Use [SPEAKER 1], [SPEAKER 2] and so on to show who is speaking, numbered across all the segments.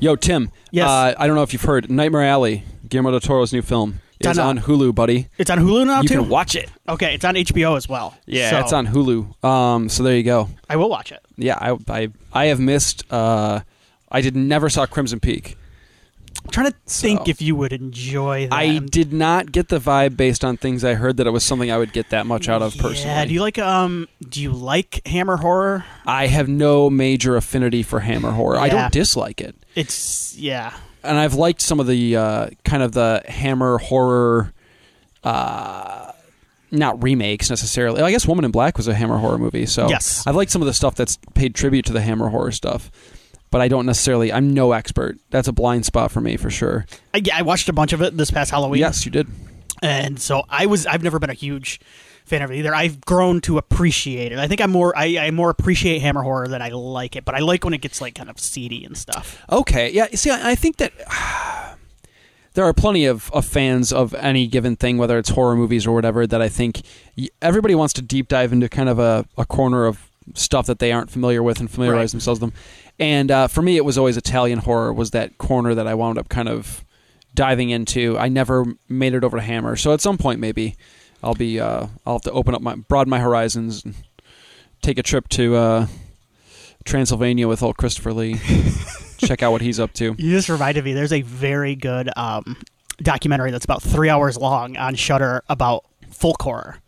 [SPEAKER 1] Yo, Tim.
[SPEAKER 2] Yes.
[SPEAKER 1] Uh, I don't know if you've heard Nightmare Alley, Guillermo del Toro's new film, is
[SPEAKER 2] Ta-da.
[SPEAKER 1] on Hulu, buddy.
[SPEAKER 2] It's on Hulu now
[SPEAKER 1] you
[SPEAKER 2] too.
[SPEAKER 1] can watch it.
[SPEAKER 2] okay, it's on HBO as well.
[SPEAKER 1] Yeah,
[SPEAKER 2] So,
[SPEAKER 1] it's on Hulu. Um, so there you go.
[SPEAKER 2] I will watch it.
[SPEAKER 1] Yeah, I I, I have missed. Uh, I did never saw Crimson Peak.
[SPEAKER 2] I'm trying to think
[SPEAKER 1] So-
[SPEAKER 2] if you would enjoy that.
[SPEAKER 1] I
[SPEAKER 2] I'm-
[SPEAKER 1] did not get the vibe based on things I heard that it was something I would get that much out of personally.
[SPEAKER 2] Yeah. Do you like um? Do you like Hammer horror?
[SPEAKER 1] I have no major affinity for Hammer horror. I
[SPEAKER 2] Yeah.
[SPEAKER 1] don't dislike it,
[SPEAKER 2] It's yeah.
[SPEAKER 1] and I've liked some of the uh, kind of the Hammer horror, uh, not remakes necessarily. I guess Woman in Black was a Hammer horror movie, so
[SPEAKER 2] Yes.
[SPEAKER 1] I've liked some of the stuff that's paid tribute to the Hammer horror stuff. But I don't necessarily. I'm no expert. That's a blind spot for me for sure.
[SPEAKER 2] I, yeah, I watched a bunch of it this past Halloween.
[SPEAKER 1] yes, you did.
[SPEAKER 2] and so I was I've never been a huge fan of it either. I've grown to appreciate it. I think I'm more I, I more appreciate Hammer horror than I like it, but I like when it gets like kind of seedy and stuff.
[SPEAKER 1] Okay. Yeah. See, I I think that there are plenty of, of fans of any given thing, whether it's horror movies or whatever, that I think y- everybody wants to deep dive into kind of a, a corner of stuff that they aren't familiar with and familiarize
[SPEAKER 2] Right.
[SPEAKER 1] themselves with them. And uh, for me, it was always Italian horror was that corner that I wound up kind of diving into. I never made it over to Hammer, so at some point maybe I'll be uh, I'll have to open up my broaden my horizons and take a trip to uh, Transylvania with old Christopher Lee. Check out what he's up to.
[SPEAKER 2] You just reminded me. There's a very good um, documentary that's about three hours long on Shutter about folk horror,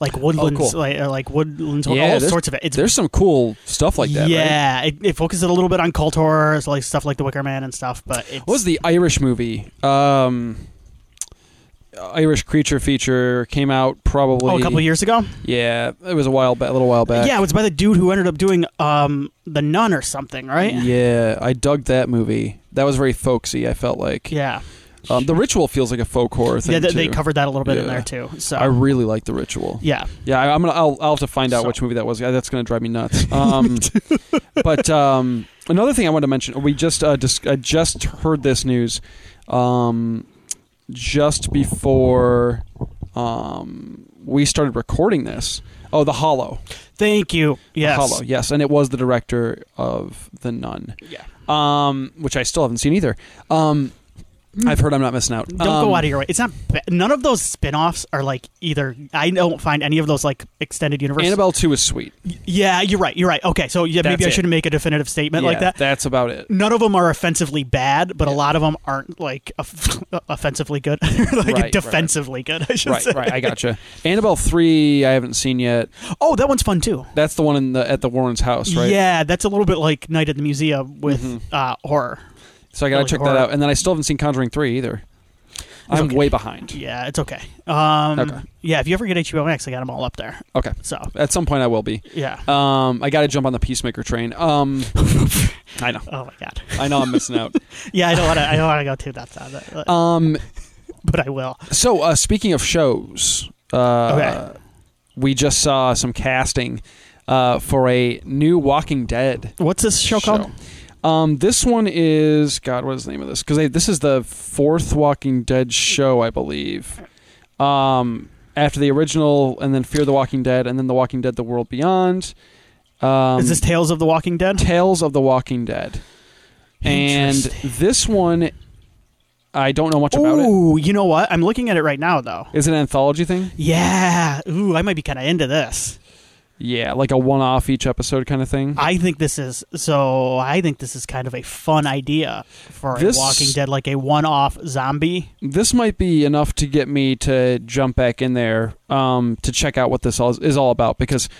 [SPEAKER 2] like woodlands,
[SPEAKER 1] Oh, cool.
[SPEAKER 2] like, uh, like woodlands,
[SPEAKER 1] Yeah,
[SPEAKER 2] all
[SPEAKER 1] there's-
[SPEAKER 2] sorts of it. It's
[SPEAKER 1] There's some cool stuff like that. right?
[SPEAKER 2] yeah, it, it focuses a little bit on cult horror, so like stuff like The Wicker Man and stuff. But it's,
[SPEAKER 1] What was the Irish movie? Um, Irish creature feature came out probably
[SPEAKER 2] oh, a couple of years ago?
[SPEAKER 1] Yeah, it was a while back, a little while back.
[SPEAKER 2] Yeah, it was by the dude who ended up doing um, The Nun or something, right?
[SPEAKER 1] Yeah, I dug that movie. That was very folksy. I felt like
[SPEAKER 2] Yeah,
[SPEAKER 1] um, the ritual feels like a folk horror thing
[SPEAKER 2] yeah, they, they
[SPEAKER 1] too.
[SPEAKER 2] covered that a little bit in
[SPEAKER 1] Yeah.
[SPEAKER 2] there too. So
[SPEAKER 1] I really like the ritual.
[SPEAKER 2] yeah,
[SPEAKER 1] Yeah, I, I'm gonna. I'll, I'll have to find out
[SPEAKER 2] So-
[SPEAKER 1] which movie that was. Yeah, That's gonna drive me nuts. Um, but um, another thing I wanted to mention. We just uh, dis- I just heard this news, um, just before um, we started recording this. Oh, the Hollow.
[SPEAKER 2] thank you. Yes,
[SPEAKER 1] The Hollow. Yes, and it was the director of the Nun,
[SPEAKER 2] yeah.
[SPEAKER 1] um, which I still haven't seen either. Um, I've heard I'm not missing out.
[SPEAKER 2] Hmm.
[SPEAKER 1] Um,
[SPEAKER 2] Don't go out of your way. It's not ba- none of those spin-offs are like either. I don't find any of those like extended universe.
[SPEAKER 1] Annabelle Two is sweet.
[SPEAKER 2] Yeah, you're right. You're right. Okay, so yeah, maybe
[SPEAKER 1] That's
[SPEAKER 2] I
[SPEAKER 1] it.
[SPEAKER 2] shouldn't make a definitive statement like
[SPEAKER 1] Yeah,
[SPEAKER 2] that.
[SPEAKER 1] That's about it.
[SPEAKER 2] None of them are offensively bad, but a lot of them aren't like off- offensively good, like
[SPEAKER 1] right.
[SPEAKER 2] defensively good. I should
[SPEAKER 1] Right,
[SPEAKER 2] say.
[SPEAKER 1] right. I gotcha. Annabelle three, I haven't seen yet.
[SPEAKER 2] Oh, that one's fun too.
[SPEAKER 1] That's the one in the at the Warrens' house, right? Mm-hmm.
[SPEAKER 2] Yeah, that's a little bit like Night at the Museum with uh, horror.
[SPEAKER 1] So I gotta
[SPEAKER 2] Like
[SPEAKER 1] check
[SPEAKER 2] horror.
[SPEAKER 1] that out. And then I still haven't seen Conjuring three either. I'm
[SPEAKER 2] okay.
[SPEAKER 1] way behind.
[SPEAKER 2] Yeah, it's okay. Um,
[SPEAKER 1] Okay.
[SPEAKER 2] Yeah, if you ever get HBO Max, I got them all up there.
[SPEAKER 1] Okay.
[SPEAKER 2] So
[SPEAKER 1] At some point I will be.
[SPEAKER 2] yeah.
[SPEAKER 1] Um, I gotta jump on the Peacemaker train. Um, I know.
[SPEAKER 2] Oh my god.
[SPEAKER 1] I know I'm missing out.
[SPEAKER 2] Yeah, I don't want to. I don't want to go too that side, but, uh,
[SPEAKER 1] Um,
[SPEAKER 2] but I will.
[SPEAKER 1] so uh, speaking of shows, uh,
[SPEAKER 2] Okay.
[SPEAKER 1] we just saw some casting uh, for a new Walking Dead
[SPEAKER 2] What's this show called?
[SPEAKER 1] Um, this one is God. What is the name of this? Because this is the fourth Walking Dead show, I believe. Um, after the original, and then Fear the Walking Dead, and then The Walking Dead: The World Beyond. Um,
[SPEAKER 2] Is this Tales of the Walking Dead?
[SPEAKER 1] Tales of the Walking Dead? And
[SPEAKER 2] Interesting.
[SPEAKER 1] this one, I don't know much about it.
[SPEAKER 2] Ooh, you know what? I'm looking at it right now though.
[SPEAKER 1] Is it an anthology thing?
[SPEAKER 2] Yeah. Ooh, I might be kind of into this.
[SPEAKER 1] Yeah, like a one-off each episode kind of thing.
[SPEAKER 2] I think this is so. I think this is kind of a fun idea for
[SPEAKER 1] This-
[SPEAKER 2] a Walking Dead, like a one-off zombie.
[SPEAKER 1] this might be enough to get me to jump back in there um, to check out what this all is, is all about because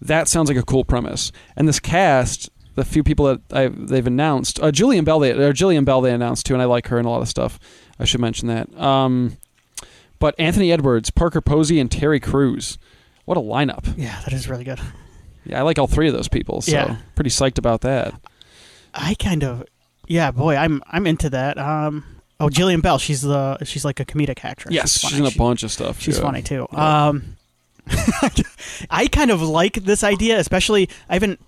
[SPEAKER 1] that sounds like a cool premise. And this cast, the few people that i they've announced, uh, Julian Bell, they, or Jillian Bell, they announced too, and I like her in a lot of stuff. I should mention that. Um, but Anthony Edwards, Parker Posey, and Terry Crews. What a lineup!
[SPEAKER 2] Yeah, that is really good.
[SPEAKER 1] Yeah, I like all three of those people, so
[SPEAKER 2] Yeah.
[SPEAKER 1] pretty psyched about that.
[SPEAKER 2] I kind of, yeah, boy, I'm I'm into that. Um, oh, Jillian Bell, she's the she's like a comedic actress.
[SPEAKER 1] yes, she's,
[SPEAKER 2] funny.
[SPEAKER 1] in a
[SPEAKER 2] She-
[SPEAKER 1] bunch of stuff.
[SPEAKER 2] She's
[SPEAKER 1] yeah.
[SPEAKER 2] funny too.
[SPEAKER 1] Yeah.
[SPEAKER 2] Um, I kind of like this idea, especially I haven't.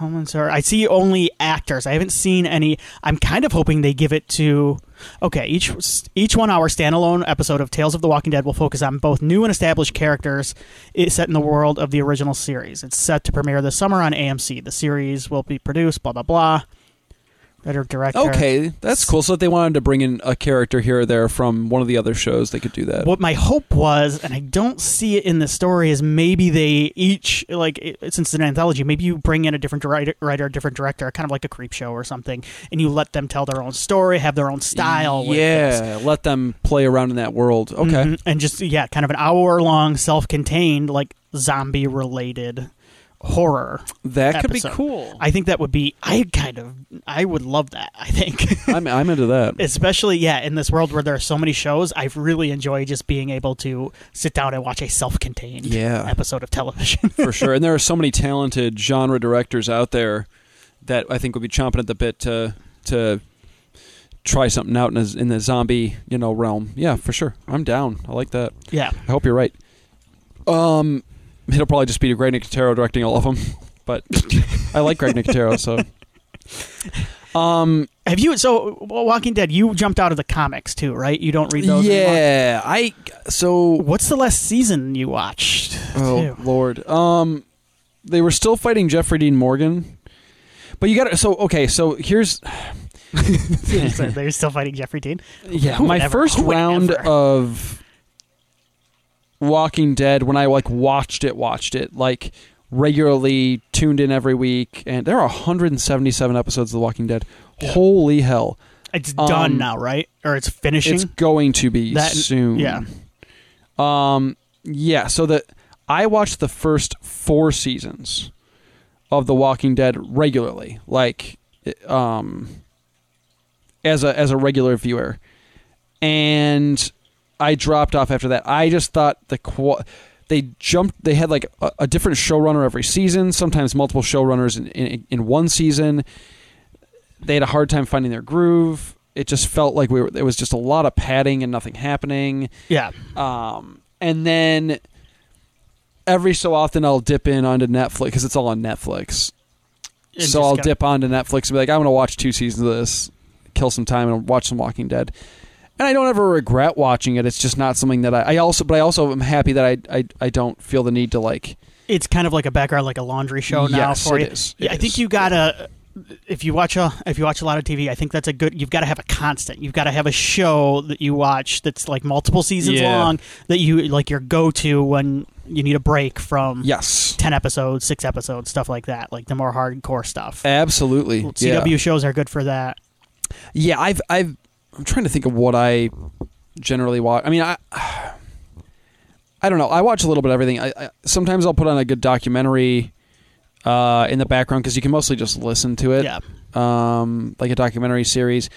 [SPEAKER 2] Oh, I'm sorry. I see only actors. I haven't seen any. I'm kind of hoping they give it to. Okay, each each one hour standalone episode of Tales of the Walking Dead will focus on both new and established characters i- set in the world of the original series. It's set to premiere this summer on AMC. The series will be produced. Blah blah blah. better director.
[SPEAKER 1] Okay, that's cool. So if they wanted to bring in a character here or there from one of the other shows, they could do that.
[SPEAKER 2] What my hope was, and I don't see it in the story, is maybe they each like it- since it's an anthology, maybe you bring in a different writer, writer, a different director, kind of like a creep show or something, and you let them tell their own story, have their own style. with this.
[SPEAKER 1] Yeah, let them play around in that world. Okay.
[SPEAKER 2] Mhm. and just yeah, kind of an hour long, self contained, like zombie related horror.
[SPEAKER 1] That could
[SPEAKER 2] Episode.
[SPEAKER 1] be cool.
[SPEAKER 2] I think that would be. I kind of. I would love that. I think.
[SPEAKER 1] I'm, I'm into that.
[SPEAKER 2] especially yeah in this world where there are so many shows i really enjoy just being able to sit down and watch a self-contained
[SPEAKER 1] Yeah.
[SPEAKER 2] episode of television
[SPEAKER 1] for sure. And there are so many talented genre directors out there that I think would be chomping at the bit to to try something out in, a, in the zombie you know realm. Yeah, for sure. I'm down. I like that.
[SPEAKER 2] yeah
[SPEAKER 1] I hope you're right. Um, it'll probably just be Greg Nicotero directing all of them, but I like Greg Nicotero, so. Um.
[SPEAKER 2] have you so well, walking dead you jumped out of the comics too right you don't read those anymore?
[SPEAKER 1] Yeah. I. So.
[SPEAKER 2] what's the last season you watched
[SPEAKER 1] Oh
[SPEAKER 2] too?
[SPEAKER 1] Lord. Um, they were still fighting Jeffrey Dean Morgan, but you got to. So okay. So here's
[SPEAKER 2] So they're still fighting jeffrey dean
[SPEAKER 1] Yeah,
[SPEAKER 2] Who would
[SPEAKER 1] my
[SPEAKER 2] ever-
[SPEAKER 1] first
[SPEAKER 2] who would
[SPEAKER 1] round
[SPEAKER 2] ever?
[SPEAKER 1] of Walking Dead when I like watched it, watched it like regularly, tuned in every week, and there are 177 episodes of The Walking Dead. Holy hell!
[SPEAKER 2] it's
[SPEAKER 1] Um,
[SPEAKER 2] done now right or it's finishing
[SPEAKER 1] It's going to be
[SPEAKER 2] That-
[SPEAKER 1] soon.
[SPEAKER 2] yeah.
[SPEAKER 1] Um. Yeah. So that I watched the first four seasons of The Walking Dead regularly, like, it- um, as a as a regular viewer, and I dropped off after that. I just thought the qua they jumped. They had like a, a different showrunner every season. Sometimes multiple showrunners in, in in one season. They had a hard time finding their groove. It just felt like we were. It was just a lot of padding and nothing happening.
[SPEAKER 2] yeah
[SPEAKER 1] Um, and then every so often I'll dip in onto Netflix because it's all on Netflix.
[SPEAKER 2] And just
[SPEAKER 1] so I'll
[SPEAKER 2] kinda-
[SPEAKER 1] dip onto Netflix and be like, I want to watch two seasons of this, kill some time, and watch some Walking Dead. And I don't ever regret watching it. It's just not something that I, I also, but I also am happy that I, I, I don't feel the need to like.
[SPEAKER 2] it's kind of like a background, like a laundry show now
[SPEAKER 1] Yes,
[SPEAKER 2] for
[SPEAKER 1] it
[SPEAKER 2] you.
[SPEAKER 1] is.
[SPEAKER 2] Yeah,
[SPEAKER 1] It
[SPEAKER 2] I think
[SPEAKER 1] is.
[SPEAKER 2] you gotta. If you watch a if you watch a lot of TV, I think that's a good. You've got to have a constant. You've got to have a show that you watch that's like multiple seasons
[SPEAKER 1] Yeah.
[SPEAKER 2] long that you like your go to when you need a break from
[SPEAKER 1] Yes,
[SPEAKER 2] ten episodes, six episodes, stuff like that. Like the more hardcore stuff.
[SPEAKER 1] absolutely.
[SPEAKER 2] CW
[SPEAKER 1] Yeah.
[SPEAKER 2] shows are good for that.
[SPEAKER 1] Yeah, I've I've I'm trying to think of what I generally watch. I mean, I I don't know. I watch a little bit of everything. I, I sometimes I'll put on a good documentary uh, in the background because you can mostly just listen to it.
[SPEAKER 2] yeah,
[SPEAKER 1] Um, like a documentary series.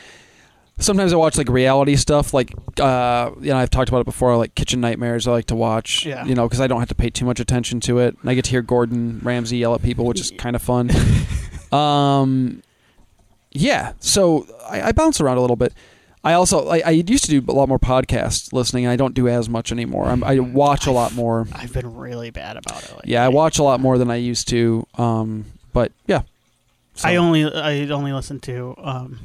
[SPEAKER 1] Sometimes I watch like reality stuff, like uh, you know I've talked about it before, like Kitchen Nightmares. I like to watch,
[SPEAKER 2] Yeah.
[SPEAKER 1] you know, because I don't have to pay too much attention to it. And I get to hear Gordon Ramsay yell at people, which is kind of fun. um, yeah, so I, I bounce around a little bit. I also I, I used to do a lot more podcast listening. And I don't do as much anymore. I'm, I watch a lot more.
[SPEAKER 2] I've been really bad about it. Like,
[SPEAKER 1] Yeah, I watch a lot more than I used to. Um, but yeah, So-
[SPEAKER 2] I only I only listen to um,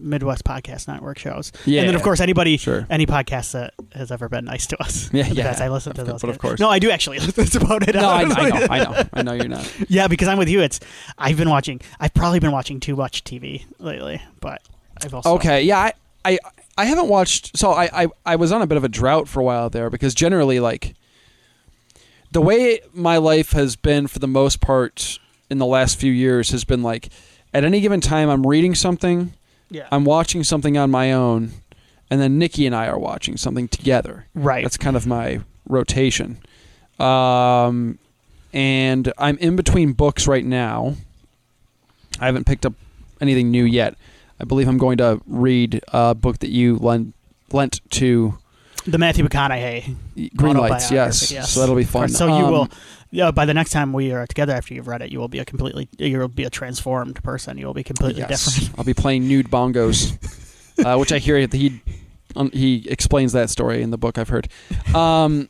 [SPEAKER 2] Midwest Podcast Network shows.
[SPEAKER 1] yeah,
[SPEAKER 2] and then of course anybody
[SPEAKER 1] sure.
[SPEAKER 2] any podcast that has ever been nice to us.
[SPEAKER 1] Yeah,
[SPEAKER 2] They're the
[SPEAKER 1] yeah.
[SPEAKER 2] best. I listen to
[SPEAKER 1] Of course,
[SPEAKER 2] those.
[SPEAKER 1] but of
[SPEAKER 2] guys.
[SPEAKER 1] course.
[SPEAKER 2] no, I do actually. That's about it.
[SPEAKER 1] No, I, I know, I know, I know you're not.
[SPEAKER 2] yeah, because I'm with you. It's I've been watching. I've probably been watching too much TV lately, but I've also
[SPEAKER 1] Okay, yeah, I, I, I haven't watched. So I, I, I was on a bit of a drought for a while there because generally, like, the way my life has been for the most part in the last few years has been like, at any given time, I'm reading something,
[SPEAKER 2] Yeah,
[SPEAKER 1] I'm watching something on my own, and then Nikki and I are watching something together.
[SPEAKER 2] right.
[SPEAKER 1] That's kind of my rotation. Um, and I'm in between books right now. I haven't picked up anything new yet. I believe I'm going to read a book that you lent, lent to
[SPEAKER 2] The Matthew McConaughey.
[SPEAKER 1] Green Lights. Yes.
[SPEAKER 2] Autobiography, yes.
[SPEAKER 1] so that'll be
[SPEAKER 2] Of course.
[SPEAKER 1] fun.
[SPEAKER 2] So you
[SPEAKER 1] Um,
[SPEAKER 2] will. Yeah, by the next time we are together after you've read it, you will be a completely you will be a transformed person. You will be completely
[SPEAKER 1] yes,
[SPEAKER 2] different.
[SPEAKER 1] I'll be playing nude bongos, uh, which I hear he um, he explains that story in the book. I've heard. Um,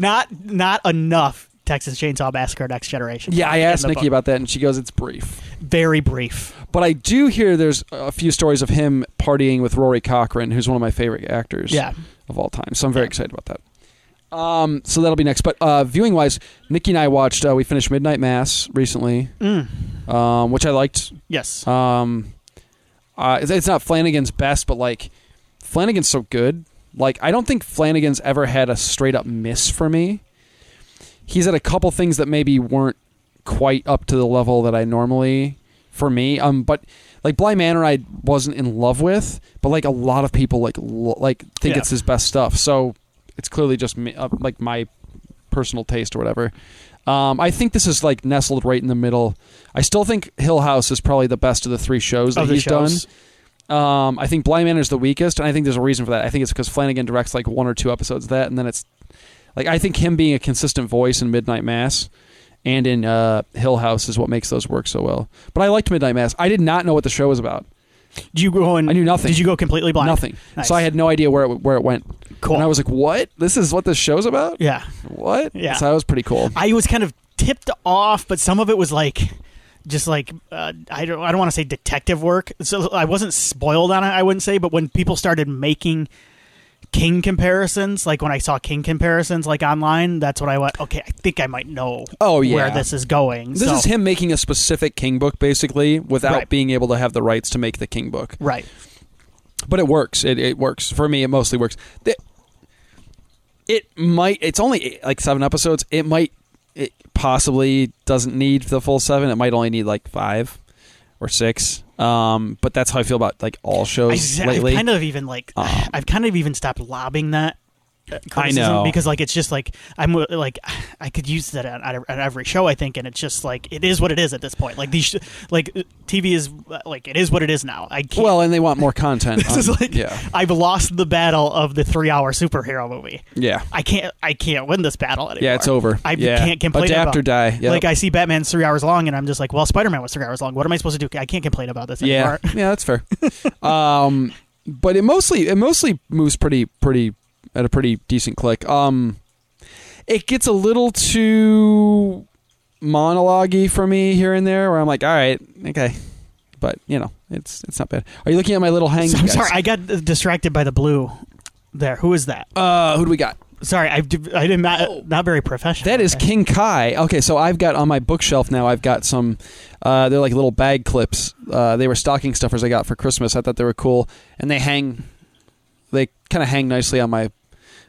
[SPEAKER 2] Not not enough Texas Chainsaw Massacre Next Generation.
[SPEAKER 1] yeah, I
[SPEAKER 2] in
[SPEAKER 1] asked
[SPEAKER 2] the
[SPEAKER 1] Nikki
[SPEAKER 2] book.
[SPEAKER 1] about that, and she goes, "It's brief."
[SPEAKER 2] very brief.
[SPEAKER 1] But I do hear there's a few stories of him partying with Rory Cochrane, who's one of my favorite actors
[SPEAKER 2] Yeah.
[SPEAKER 1] of all time. So I'm very
[SPEAKER 2] Yeah.
[SPEAKER 1] excited about that. Um, so that'll be next. But uh, viewing wise, Nikki and I watched, uh, we finished Midnight Mass recently,
[SPEAKER 2] Mm.
[SPEAKER 1] um, which I liked.
[SPEAKER 2] Yes.
[SPEAKER 1] Um, uh, it's, it's not Flanagan's best, but like Flanagan's so good. Like I don't think Flanagan's ever had a straight up miss for me. He's had a couple things that maybe weren't quite up to the level that I normally for me. Um, but like Bly Manor, I wasn't in love with, but like a lot of people like lo- like think
[SPEAKER 2] Yeah.
[SPEAKER 1] it's his best stuff. So it's clearly just me, uh, like my personal taste or whatever. Um, I think this is like nestled right in the middle. I still think Hill House is probably the best of the three shows that
[SPEAKER 2] Of the
[SPEAKER 1] he's
[SPEAKER 2] shows.
[SPEAKER 1] done. Um, I think Bly Manor is the weakest, and I think there's a reason for that. I think it's because Flanagan directs like one or two episodes of that, and then it's like I think him being a consistent voice in Midnight Mass and in uh, Hill House is what makes those work so well. But I liked Midnight Mass. I did not know what the show was about.
[SPEAKER 2] Did you go and
[SPEAKER 1] I knew nothing.
[SPEAKER 2] Mm. Did you go completely blind?
[SPEAKER 1] Nothing.
[SPEAKER 2] Nice.
[SPEAKER 1] So I had no idea where it, where it went.
[SPEAKER 2] Cool.
[SPEAKER 1] And I was like, "What? This is what this show's about?
[SPEAKER 2] yeah.
[SPEAKER 1] What?"
[SPEAKER 2] Yeah.
[SPEAKER 1] So that was pretty cool.
[SPEAKER 2] I was kind of tipped off, but some of it was like just like uh, I don't I don't want to say detective work. So I wasn't spoiled on it, I wouldn't say, but when people started making King comparisons, like when I saw King comparisons like online, that's when I went, okay, I think I might know
[SPEAKER 1] Oh, yeah.
[SPEAKER 2] where this is going.
[SPEAKER 1] This
[SPEAKER 2] So-
[SPEAKER 1] is him making a specific King book, basically, without
[SPEAKER 2] Right.
[SPEAKER 1] being able to have the rights to make the King book.
[SPEAKER 2] Right.
[SPEAKER 1] But it works. It, it works for me. It mostly works. The- it might. It's only like seven episodes. It might. It possibly doesn't need the full seven. It might only need like five or six. Um, but that's how I feel about like all
[SPEAKER 2] I,
[SPEAKER 1] shows
[SPEAKER 2] have
[SPEAKER 1] lately.
[SPEAKER 2] kind of even like
[SPEAKER 1] Um,
[SPEAKER 2] I've kind of even stopped lobbing that. uh, criticism
[SPEAKER 1] know.
[SPEAKER 2] because like it's just like I'm uh, like I could use that at, at every show I think, and it's just like it is what it is at this point. Like these, sh- like uh, TV is uh, like it is what it is now. I can't,
[SPEAKER 1] well, and they want more content.
[SPEAKER 2] this is
[SPEAKER 1] on-
[SPEAKER 2] like
[SPEAKER 1] yeah,
[SPEAKER 2] I've lost the battle of the three-hour superhero movie.
[SPEAKER 1] yeah,
[SPEAKER 2] I can't I can't win this battle anymore.
[SPEAKER 1] yeah. It's over.
[SPEAKER 2] I
[SPEAKER 1] yeah.
[SPEAKER 2] can't complain
[SPEAKER 1] Adapt
[SPEAKER 2] about-
[SPEAKER 1] or die. Yep.
[SPEAKER 2] Like I see Batman's three hours long, and I'm just like, well, Spider-Man was three hours long. What am I supposed to do? I can't complain about this
[SPEAKER 1] Yeah,
[SPEAKER 2] anymore.
[SPEAKER 1] yeah, that's fair. um, but it mostly it mostly moves pretty pretty at a pretty decent click. Um, it gets a little too monologue for me here and there, where I'm like, all right, okay, but you know, it's it's not bad. Are you looking at my little hang?
[SPEAKER 2] So I'm
[SPEAKER 1] guys?
[SPEAKER 2] sorry, I got uh, distracted by the blue. There, who is that?
[SPEAKER 1] uh, who do we got?
[SPEAKER 2] Sorry, I, d- I did not not very professional.
[SPEAKER 1] That is King Kai. Okay, so I've got on my bookshelf now. I've got some. Uh, they're like little bag clips. Uh, they were stocking stuffers I got for Christmas. I thought they were cool, and they hang. They kind of hang nicely on my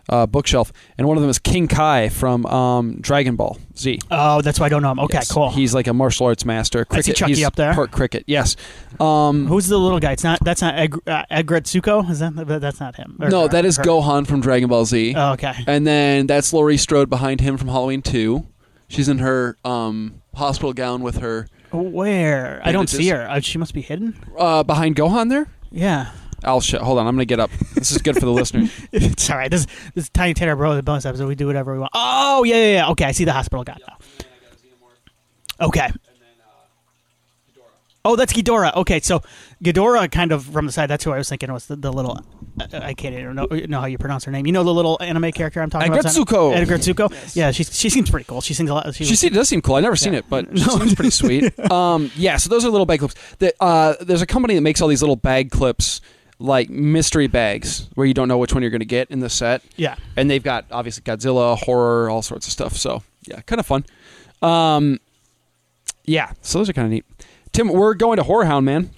[SPEAKER 1] uh, bookshelf, and one of them is King Kai from um, Dragon Ball Z.
[SPEAKER 2] Oh, that's why I don't know him. Okay,
[SPEAKER 1] Yes.
[SPEAKER 2] cool.
[SPEAKER 1] He's like a martial arts master.
[SPEAKER 2] I see
[SPEAKER 1] Cricket.
[SPEAKER 2] Chucky
[SPEAKER 1] He's
[SPEAKER 2] up there.
[SPEAKER 1] Part cricket. Yes. Um,
[SPEAKER 2] Who's the little guy? It's not. That's not Eg, uh, Egret Suko. Is that? that- That's not him. Or-
[SPEAKER 1] no, that is
[SPEAKER 2] her.
[SPEAKER 1] Gohan from Dragon Ball Z.
[SPEAKER 2] Oh, okay.
[SPEAKER 1] And then that's Laurie Strode behind him from Halloween Two. She's in her um, hospital gown with her
[SPEAKER 2] Where? I don't
[SPEAKER 1] Bandages.
[SPEAKER 2] see her. Uh, she must be hidden.
[SPEAKER 1] uh, behind Gohan there?
[SPEAKER 2] Yeah.
[SPEAKER 1] I'll shut. Hold on, I'm gonna get up. This is good for the listeners.
[SPEAKER 2] it's all right. This this is tiny Tanner bro the bonus episode. We do whatever we want. Oh yeah yeah yeah. Okay, I see the hospital guy now. Okay. Oh, that's Ghidorah. Okay, so Ghidorah, kind of from the side. That's who I was thinking was the, the little. uh, I I can't even know, know how you pronounce her name. You know the little anime character I'm talking
[SPEAKER 1] Egretsuko.
[SPEAKER 2] about. Egretsuko. Yeah, she she seems pretty cool. She sings a lot. She,
[SPEAKER 1] She
[SPEAKER 2] was-
[SPEAKER 1] se- does seem cool. I never seen
[SPEAKER 2] Yeah.
[SPEAKER 1] it, but she seems pretty sweet. Um, yeah. So those are little bag clips. That uh, there's a company that makes all these little bag clips, like mystery bags, where you don't know which one you're gonna get in the set,
[SPEAKER 2] yeah.
[SPEAKER 1] and they've got obviously Godzilla, horror, all sorts of stuff. So yeah, kind of fun. Um, yeah. So those are kind of neat. Tim, we're going to Whorehound, man.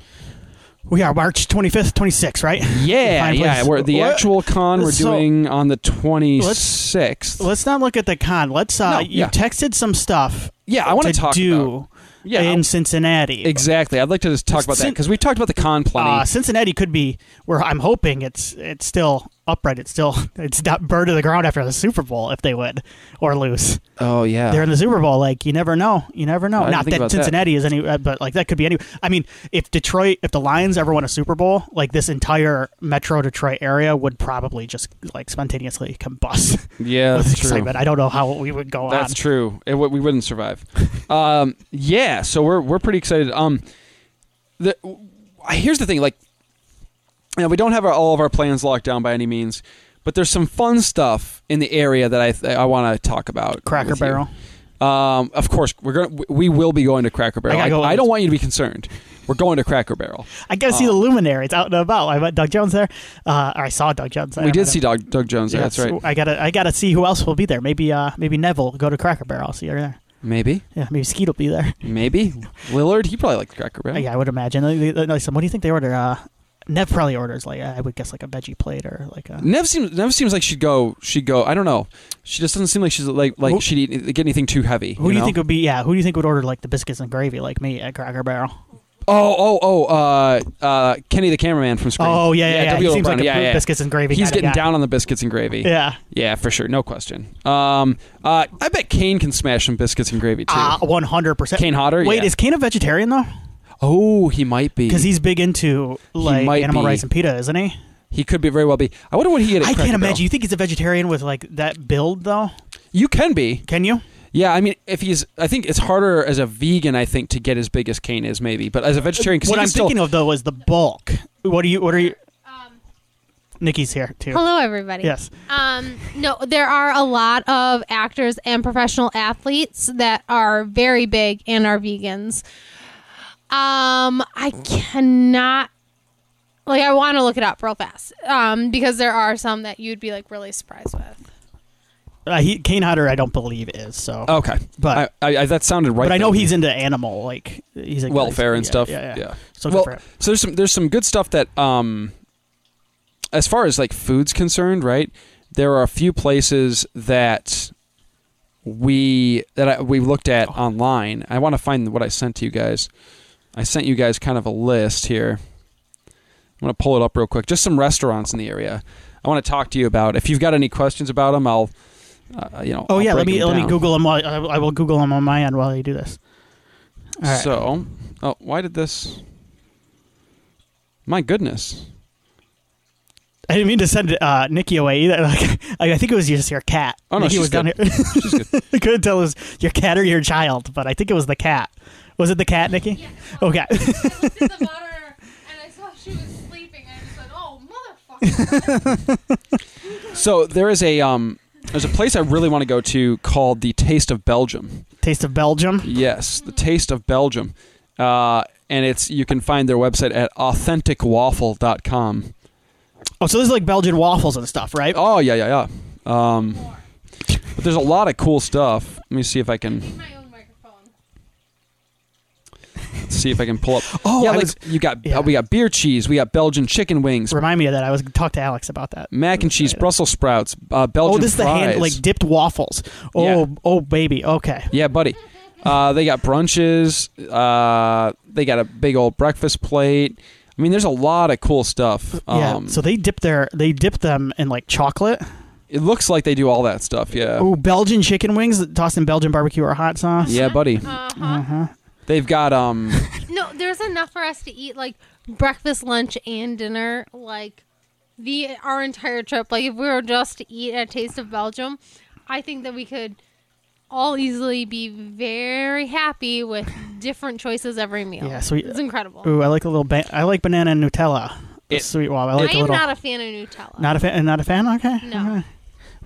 [SPEAKER 2] We are March 25th, 26th, right?
[SPEAKER 1] Yeah,
[SPEAKER 2] Fine
[SPEAKER 1] yeah.
[SPEAKER 2] place.
[SPEAKER 1] We're, the
[SPEAKER 2] What?
[SPEAKER 1] actual con we're
[SPEAKER 2] So-
[SPEAKER 1] doing on the 26th.
[SPEAKER 2] Let's not look at the con. Let's. Uh,
[SPEAKER 1] No,
[SPEAKER 2] you
[SPEAKER 1] yeah.
[SPEAKER 2] texted some stuff.
[SPEAKER 1] yeah, I want
[SPEAKER 2] to
[SPEAKER 1] to talk about.
[SPEAKER 2] do
[SPEAKER 1] Yeah,
[SPEAKER 2] in Cincinnati.
[SPEAKER 1] Exactly. I'd like to just talk about that
[SPEAKER 2] Sin-
[SPEAKER 1] because we talked about the con plenty.
[SPEAKER 2] Uh, Cincinnati could be where I'm hoping it's it's still upright. It's still it's not burned to the ground after the Super Bowl if they win or lose.
[SPEAKER 1] oh yeah.
[SPEAKER 2] They're in the Super Bowl. Like you never know. You never know.
[SPEAKER 1] I didn't
[SPEAKER 2] not
[SPEAKER 1] think about
[SPEAKER 2] that
[SPEAKER 1] that.
[SPEAKER 2] Cincinnati is any, uh, but like that could be any. I mean, if Detroit, if the Lions ever won a Super Bowl, like this entire Metro Detroit area would probably just like spontaneously combust
[SPEAKER 1] yeah,
[SPEAKER 2] with
[SPEAKER 1] that's true.
[SPEAKER 2] excitement. I don't know how we would go
[SPEAKER 1] That's
[SPEAKER 2] on.
[SPEAKER 1] true. It, w- we wouldn't survive. um, yeah. So we're we're pretty excited. Um, the here's the thing. Like, you know, we don't have our, all of our plans locked down by any means, but there's some fun stuff in the area that I th- I want to talk about.
[SPEAKER 2] Cracker
[SPEAKER 1] with you.
[SPEAKER 2] Barrel.
[SPEAKER 1] Um, of course, we're gonna we will be going to Cracker Barrel.
[SPEAKER 2] I gotta go.
[SPEAKER 1] I don't want you to be concerned. We're going to Cracker Barrel.
[SPEAKER 2] I gotta
[SPEAKER 1] Uh,
[SPEAKER 2] see the luminary. It's out and about. I met Doug Jones there. Uh, or I saw Doug Jones. I
[SPEAKER 1] We
[SPEAKER 2] don't
[SPEAKER 1] did
[SPEAKER 2] know.
[SPEAKER 1] see Doug, Doug Jones. there.
[SPEAKER 2] Yeah,
[SPEAKER 1] that's right.
[SPEAKER 2] so I gotta I gotta see who else will be there. Maybe uh maybe Neville will go to Cracker Barrel. I'll see her there.
[SPEAKER 1] Maybe,
[SPEAKER 2] Yeah, maybe Skeet will be there.
[SPEAKER 1] maybe Lillard. He probably likes Cracker Barrel.
[SPEAKER 2] Yeah, I would imagine. Like, like, like, so what do you think they order? Uh, Nev probably orders like I would guess like a veggie plate or like a.
[SPEAKER 1] Nev seems Nev seems like she'd go. She'd go. I don't know. She just doesn't seem like she's like like
[SPEAKER 2] Who-
[SPEAKER 1] she'd eat, get anything too heavy.
[SPEAKER 2] Who do you
[SPEAKER 1] know?
[SPEAKER 2] think would be? Yeah, who do you think would order like the biscuits and gravy like me at Cracker Barrel?
[SPEAKER 1] Oh, oh, oh, uh, uh, Kenny the cameraman from Scream.
[SPEAKER 2] Oh yeah, yeah, yeah. He
[SPEAKER 1] W.
[SPEAKER 2] seems like a
[SPEAKER 1] O'Brien. yeah, yeah.
[SPEAKER 2] biscuits and gravy.
[SPEAKER 1] He's
[SPEAKER 2] kinda
[SPEAKER 1] getting
[SPEAKER 2] guy.
[SPEAKER 1] down on the biscuits and gravy.
[SPEAKER 2] Yeah.
[SPEAKER 1] Yeah, for sure, no question. Um, uh, I bet Kane can smash some biscuits and gravy too.
[SPEAKER 2] Ah, one hundred percent.
[SPEAKER 1] Kane Hodder.
[SPEAKER 2] Wait,
[SPEAKER 1] yeah.
[SPEAKER 2] is Kane a vegetarian though?
[SPEAKER 1] oh, he might be
[SPEAKER 2] Because he's big into like
[SPEAKER 1] might
[SPEAKER 2] animal
[SPEAKER 1] be.
[SPEAKER 2] rights and pita, isn't he?
[SPEAKER 1] He could be very well be. I wonder what he ate. At
[SPEAKER 2] I
[SPEAKER 1] Cracker
[SPEAKER 2] can't
[SPEAKER 1] Barrel.
[SPEAKER 2] imagine. You think he's a vegetarian with like that build though?
[SPEAKER 1] You can be.
[SPEAKER 2] Can you?
[SPEAKER 1] Yeah, I mean, if he's, I think it's harder as a vegan. I think to get as big as Kane is maybe, but as a vegetarian, 'cause
[SPEAKER 2] What
[SPEAKER 1] he
[SPEAKER 2] I'm
[SPEAKER 1] can still,
[SPEAKER 2] thinking of though is the bulk. What do you? What are you?
[SPEAKER 3] Um,
[SPEAKER 2] Nikki's here too.
[SPEAKER 3] hello, everybody.
[SPEAKER 2] Yes.
[SPEAKER 3] Um, no, there are a lot of actors and professional athletes that are very big and are vegans. Um, I cannot. Like I want to look it up real fast, um, because there are some that you'd be like really surprised with.
[SPEAKER 2] Uh, he, Kane Hodder, I don't believe is so.
[SPEAKER 1] Okay,
[SPEAKER 2] But-
[SPEAKER 1] I, I, I, that sounded right.
[SPEAKER 2] but I know
[SPEAKER 1] though.
[SPEAKER 2] he's into animal, like he's like,
[SPEAKER 1] welfare and
[SPEAKER 2] yeah,
[SPEAKER 1] stuff.
[SPEAKER 2] Yeah, yeah.
[SPEAKER 1] So
[SPEAKER 2] So good
[SPEAKER 1] well,
[SPEAKER 2] for him.
[SPEAKER 1] so there's some there's some good stuff that um, as far as like food's concerned, right? There are a few places that we that I, we looked at
[SPEAKER 2] Oh.
[SPEAKER 1] online. I want to find what I sent to you guys. I sent you guys kind of a list here. I'm gonna pull it up real quick. Just some restaurants in the area. I want to talk to you about. If you've got any questions about them, I'll. Uh, you know.
[SPEAKER 2] Oh
[SPEAKER 1] I'll
[SPEAKER 2] yeah, let
[SPEAKER 1] break
[SPEAKER 2] me
[SPEAKER 1] them
[SPEAKER 2] let me
[SPEAKER 1] down.
[SPEAKER 2] Google him. While, I, I will Google him on my end while you do this. All right.
[SPEAKER 1] So, oh, why did this? My goodness.
[SPEAKER 2] I didn't mean to send uh, Nikki away either. Like, I I think it was just your cat.
[SPEAKER 1] Oh, no,
[SPEAKER 2] Nikki
[SPEAKER 1] she's
[SPEAKER 2] was down here.
[SPEAKER 1] She's good.
[SPEAKER 2] I couldn't tell if it was your cat or your child, but I think it was the cat. Was it the cat, Nikki? Okay.
[SPEAKER 3] I looked at the monitor and I saw she was sleeping. And I just went, "Oh, motherfucker!"
[SPEAKER 1] So there is a um, there's a place I really want to go to called the Taste of Belgium.
[SPEAKER 2] Taste of Belgium.
[SPEAKER 1] Yes, the Taste of Belgium, uh, and it's you can find their website at authenticwaffle.com.
[SPEAKER 2] Oh, so this is like Belgian waffles and stuff, right?
[SPEAKER 1] Oh yeah, yeah, yeah. Um, but there's a lot of cool stuff. Let me see if I can
[SPEAKER 3] My own microphone.
[SPEAKER 1] see if I can pull up.
[SPEAKER 2] Oh,
[SPEAKER 1] yeah,
[SPEAKER 2] I
[SPEAKER 1] like
[SPEAKER 2] was-
[SPEAKER 1] you got
[SPEAKER 2] yeah.
[SPEAKER 1] we got beer cheese, we got Belgian chicken wings,
[SPEAKER 2] Remind me of that. I was talk to Alex about that.
[SPEAKER 1] mac and cheese, Brussels sprouts, uh, Belgian
[SPEAKER 2] Oh, this is the
[SPEAKER 1] fries.
[SPEAKER 2] hand like dipped waffles. Oh,
[SPEAKER 1] Yeah.
[SPEAKER 2] oh baby. Okay.
[SPEAKER 1] Yeah, buddy. Uh, they got brunches. Uh, they got a big old breakfast plate. I mean, there's a lot of cool stuff.
[SPEAKER 2] Yeah.
[SPEAKER 1] Um,
[SPEAKER 2] so they dip their they dip them in like chocolate.
[SPEAKER 1] it looks like they do all that stuff. Yeah.
[SPEAKER 2] Oh, Belgian chicken wings tossed in Belgian barbecue or hot sauce.
[SPEAKER 1] Yeah, buddy.
[SPEAKER 3] Uh-huh.
[SPEAKER 1] They've got um.
[SPEAKER 3] No, there's enough for us to eat like breakfast, lunch, and dinner. Like the our entire trip. Like if we were just to eat at Taste of Belgium, I think that we could all easily be very happy with different choices every meal.
[SPEAKER 2] Yeah, sweet.
[SPEAKER 3] It's incredible.
[SPEAKER 2] Ooh, I like a little. Ba- I like banana and Nutella.
[SPEAKER 1] It-
[SPEAKER 2] Sweet waffle. I
[SPEAKER 3] I
[SPEAKER 2] like
[SPEAKER 3] am
[SPEAKER 2] a little.
[SPEAKER 3] not a fan of Nutella.
[SPEAKER 2] Not Uh-huh. a fan. Not a fan. Okay.
[SPEAKER 3] No.
[SPEAKER 2] Okay.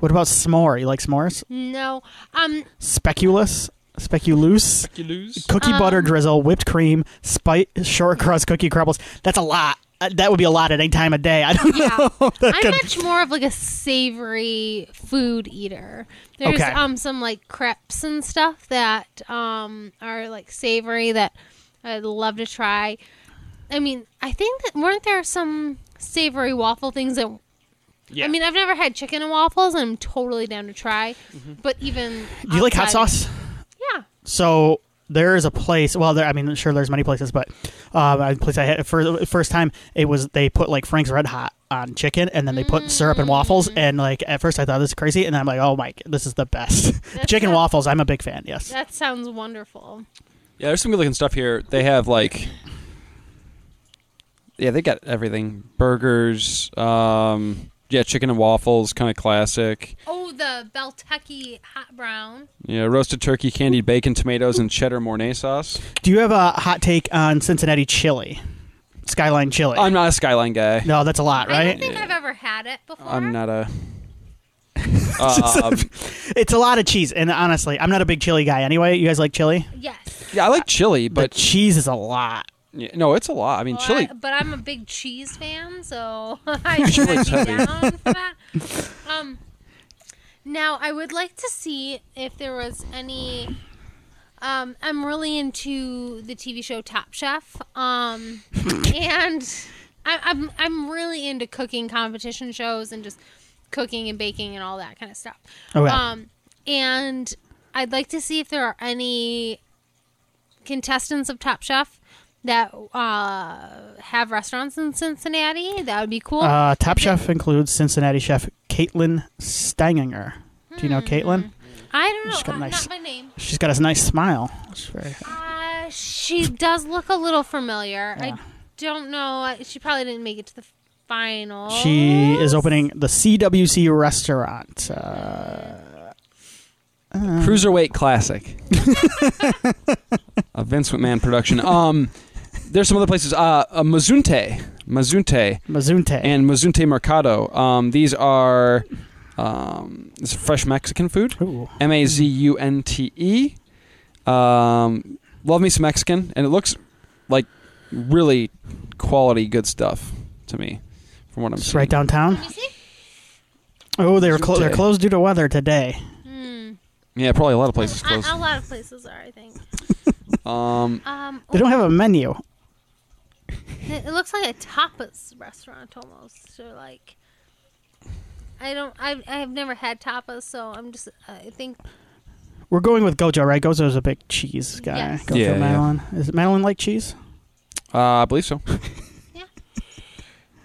[SPEAKER 2] What about s'more? You like s'mores?
[SPEAKER 3] no. Um.
[SPEAKER 2] Speculous, speculoos,
[SPEAKER 1] You lose.
[SPEAKER 2] cookie butter
[SPEAKER 3] Um.
[SPEAKER 2] drizzle, whipped cream, spite, short crust cookie crumbles. That's a lot. Uh, that would be a lot at any time of day. I don't
[SPEAKER 3] Yeah.
[SPEAKER 2] know. That
[SPEAKER 3] I'm
[SPEAKER 2] could-
[SPEAKER 3] much more of like a savory food eater. There's
[SPEAKER 2] Okay.
[SPEAKER 3] um some like crepes and stuff that um are like savory that I'd love to try. I mean, I think that weren't there some savory waffle things that
[SPEAKER 1] Yeah.
[SPEAKER 3] I mean, I've never had chicken and waffles, and I'm totally down to try. But even
[SPEAKER 2] Mm-hmm. Do you like hot
[SPEAKER 3] outside-
[SPEAKER 2] sauce?
[SPEAKER 3] Yeah,
[SPEAKER 2] So there is a place. Well, there, I mean, sure, there's many places, but um, a place I had for the first time, it was they put like Frank's Red Hot on chicken, and then they put syrup and waffles.
[SPEAKER 3] Mm.
[SPEAKER 2] And like at first, I thought this is crazy, and I'm like, oh my, this is the best.
[SPEAKER 3] That's
[SPEAKER 2] chicken
[SPEAKER 3] not-
[SPEAKER 2] waffles. I'm a big fan. Yes.
[SPEAKER 3] that sounds wonderful.
[SPEAKER 1] Yeah, there's some good looking stuff here. They have like. Yeah, they got everything: burgers, um, yeah, chicken and waffles, kind of classic.
[SPEAKER 3] Oh, the Beltucky hot brown.
[SPEAKER 1] Yeah, roasted turkey, candied bacon, tomatoes, and cheddar mornay sauce.
[SPEAKER 2] Do you have a hot take on Cincinnati chili, Skyline chili?
[SPEAKER 1] I'm not a skyline guy.
[SPEAKER 2] no, that's a lot,
[SPEAKER 3] I don't
[SPEAKER 2] right?
[SPEAKER 3] think I've ever had it before.
[SPEAKER 1] I'm not a. Uh,
[SPEAKER 2] It's a lot of cheese, and honestly, I'm not a big chili guy anyway. You guys like chili,
[SPEAKER 3] Yes.
[SPEAKER 1] yeah, I like chili, but
[SPEAKER 2] but cheese is a lot.
[SPEAKER 1] Yeah, no, it's a lot. I mean,
[SPEAKER 3] Well,
[SPEAKER 1] chili.
[SPEAKER 3] I- but I'm a big cheese fan, so I should be
[SPEAKER 1] Chili's heavy.
[SPEAKER 3] down for that. Um, now I would like to see if there was any Um, I'm really into the TV show Top Chef, um, and I, I'm I'm really into cooking competition shows and just cooking and baking and all that kind of stuff.
[SPEAKER 2] Okay.
[SPEAKER 3] Um, and I'd like to see if there are any contestants of Top Chef that uh, have restaurants in Cincinnati. That would be cool.
[SPEAKER 2] Uh, Top Chef includes Cincinnati chef Caitlin Steininger. Do you
[SPEAKER 3] Hmm.
[SPEAKER 2] know Caitlin?
[SPEAKER 3] I don't know.
[SPEAKER 2] she's got
[SPEAKER 3] uh,
[SPEAKER 2] nice-
[SPEAKER 3] Not my name.
[SPEAKER 2] She's got a nice smile. It's very-
[SPEAKER 3] Uh, she does look a little familiar.
[SPEAKER 2] Yeah.
[SPEAKER 3] I don't know. She probably didn't make it to the final.
[SPEAKER 2] She is opening the CWC restaurant. Uh,
[SPEAKER 1] Cruiserweight Classic, a Vince McMahon production. Um, there's some other places. Uh, uh Mazunte, Mazunte,
[SPEAKER 2] Mazunte.
[SPEAKER 1] and Mazunte Mercado. Um, these are um, this is fresh Mexican food.
[SPEAKER 2] Ooh.
[SPEAKER 1] M A Z U N T E. Um, love me some Mexican, and it looks like really quality good stuff to me, from what I'm
[SPEAKER 2] It's
[SPEAKER 1] seeing.
[SPEAKER 2] right downtown.
[SPEAKER 3] Let me see.
[SPEAKER 2] Oh, they were clo-
[SPEAKER 1] Mazunte.
[SPEAKER 2] they're closed due to weather today.
[SPEAKER 1] Yeah, probably a lot of places
[SPEAKER 3] Hmm. A,
[SPEAKER 1] close.
[SPEAKER 3] a lot of places are, I think.
[SPEAKER 1] Um,
[SPEAKER 3] Um,
[SPEAKER 2] They don't have a menu.
[SPEAKER 3] it, it looks like a tapas restaurant almost, or like. I don't. I've, I've never had tapas, so I'm just. uh, I think
[SPEAKER 2] We're going with Gojo, right? Gojo's a big cheese guy.
[SPEAKER 3] Yes.
[SPEAKER 2] Gojo
[SPEAKER 1] Yeah, yeah.
[SPEAKER 2] Madeline. Is Madeline like cheese?
[SPEAKER 1] uh, I believe so.
[SPEAKER 3] Yeah.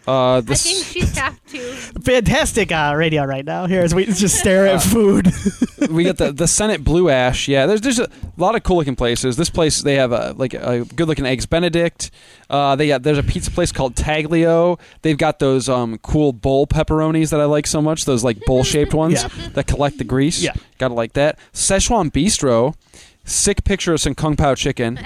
[SPEAKER 1] Uh, this.
[SPEAKER 3] I think she's have to.
[SPEAKER 2] Fantastic uh, radio right now. Here, as we just stare at food.
[SPEAKER 1] we got the the Senate Blue Ash. Yeah, there's there's a lot of cool looking places. This place they have a like a good looking eggs Benedict. Uh, they got there's a pizza place called Taglio. They've got those um cool bowl pepperonis that I like so much. Those like bowl shaped ones
[SPEAKER 2] Yeah.
[SPEAKER 1] that collect the grease.
[SPEAKER 2] Yeah.
[SPEAKER 1] gotta like that. Szechuan Bistro, sick picture of some kung pao chicken.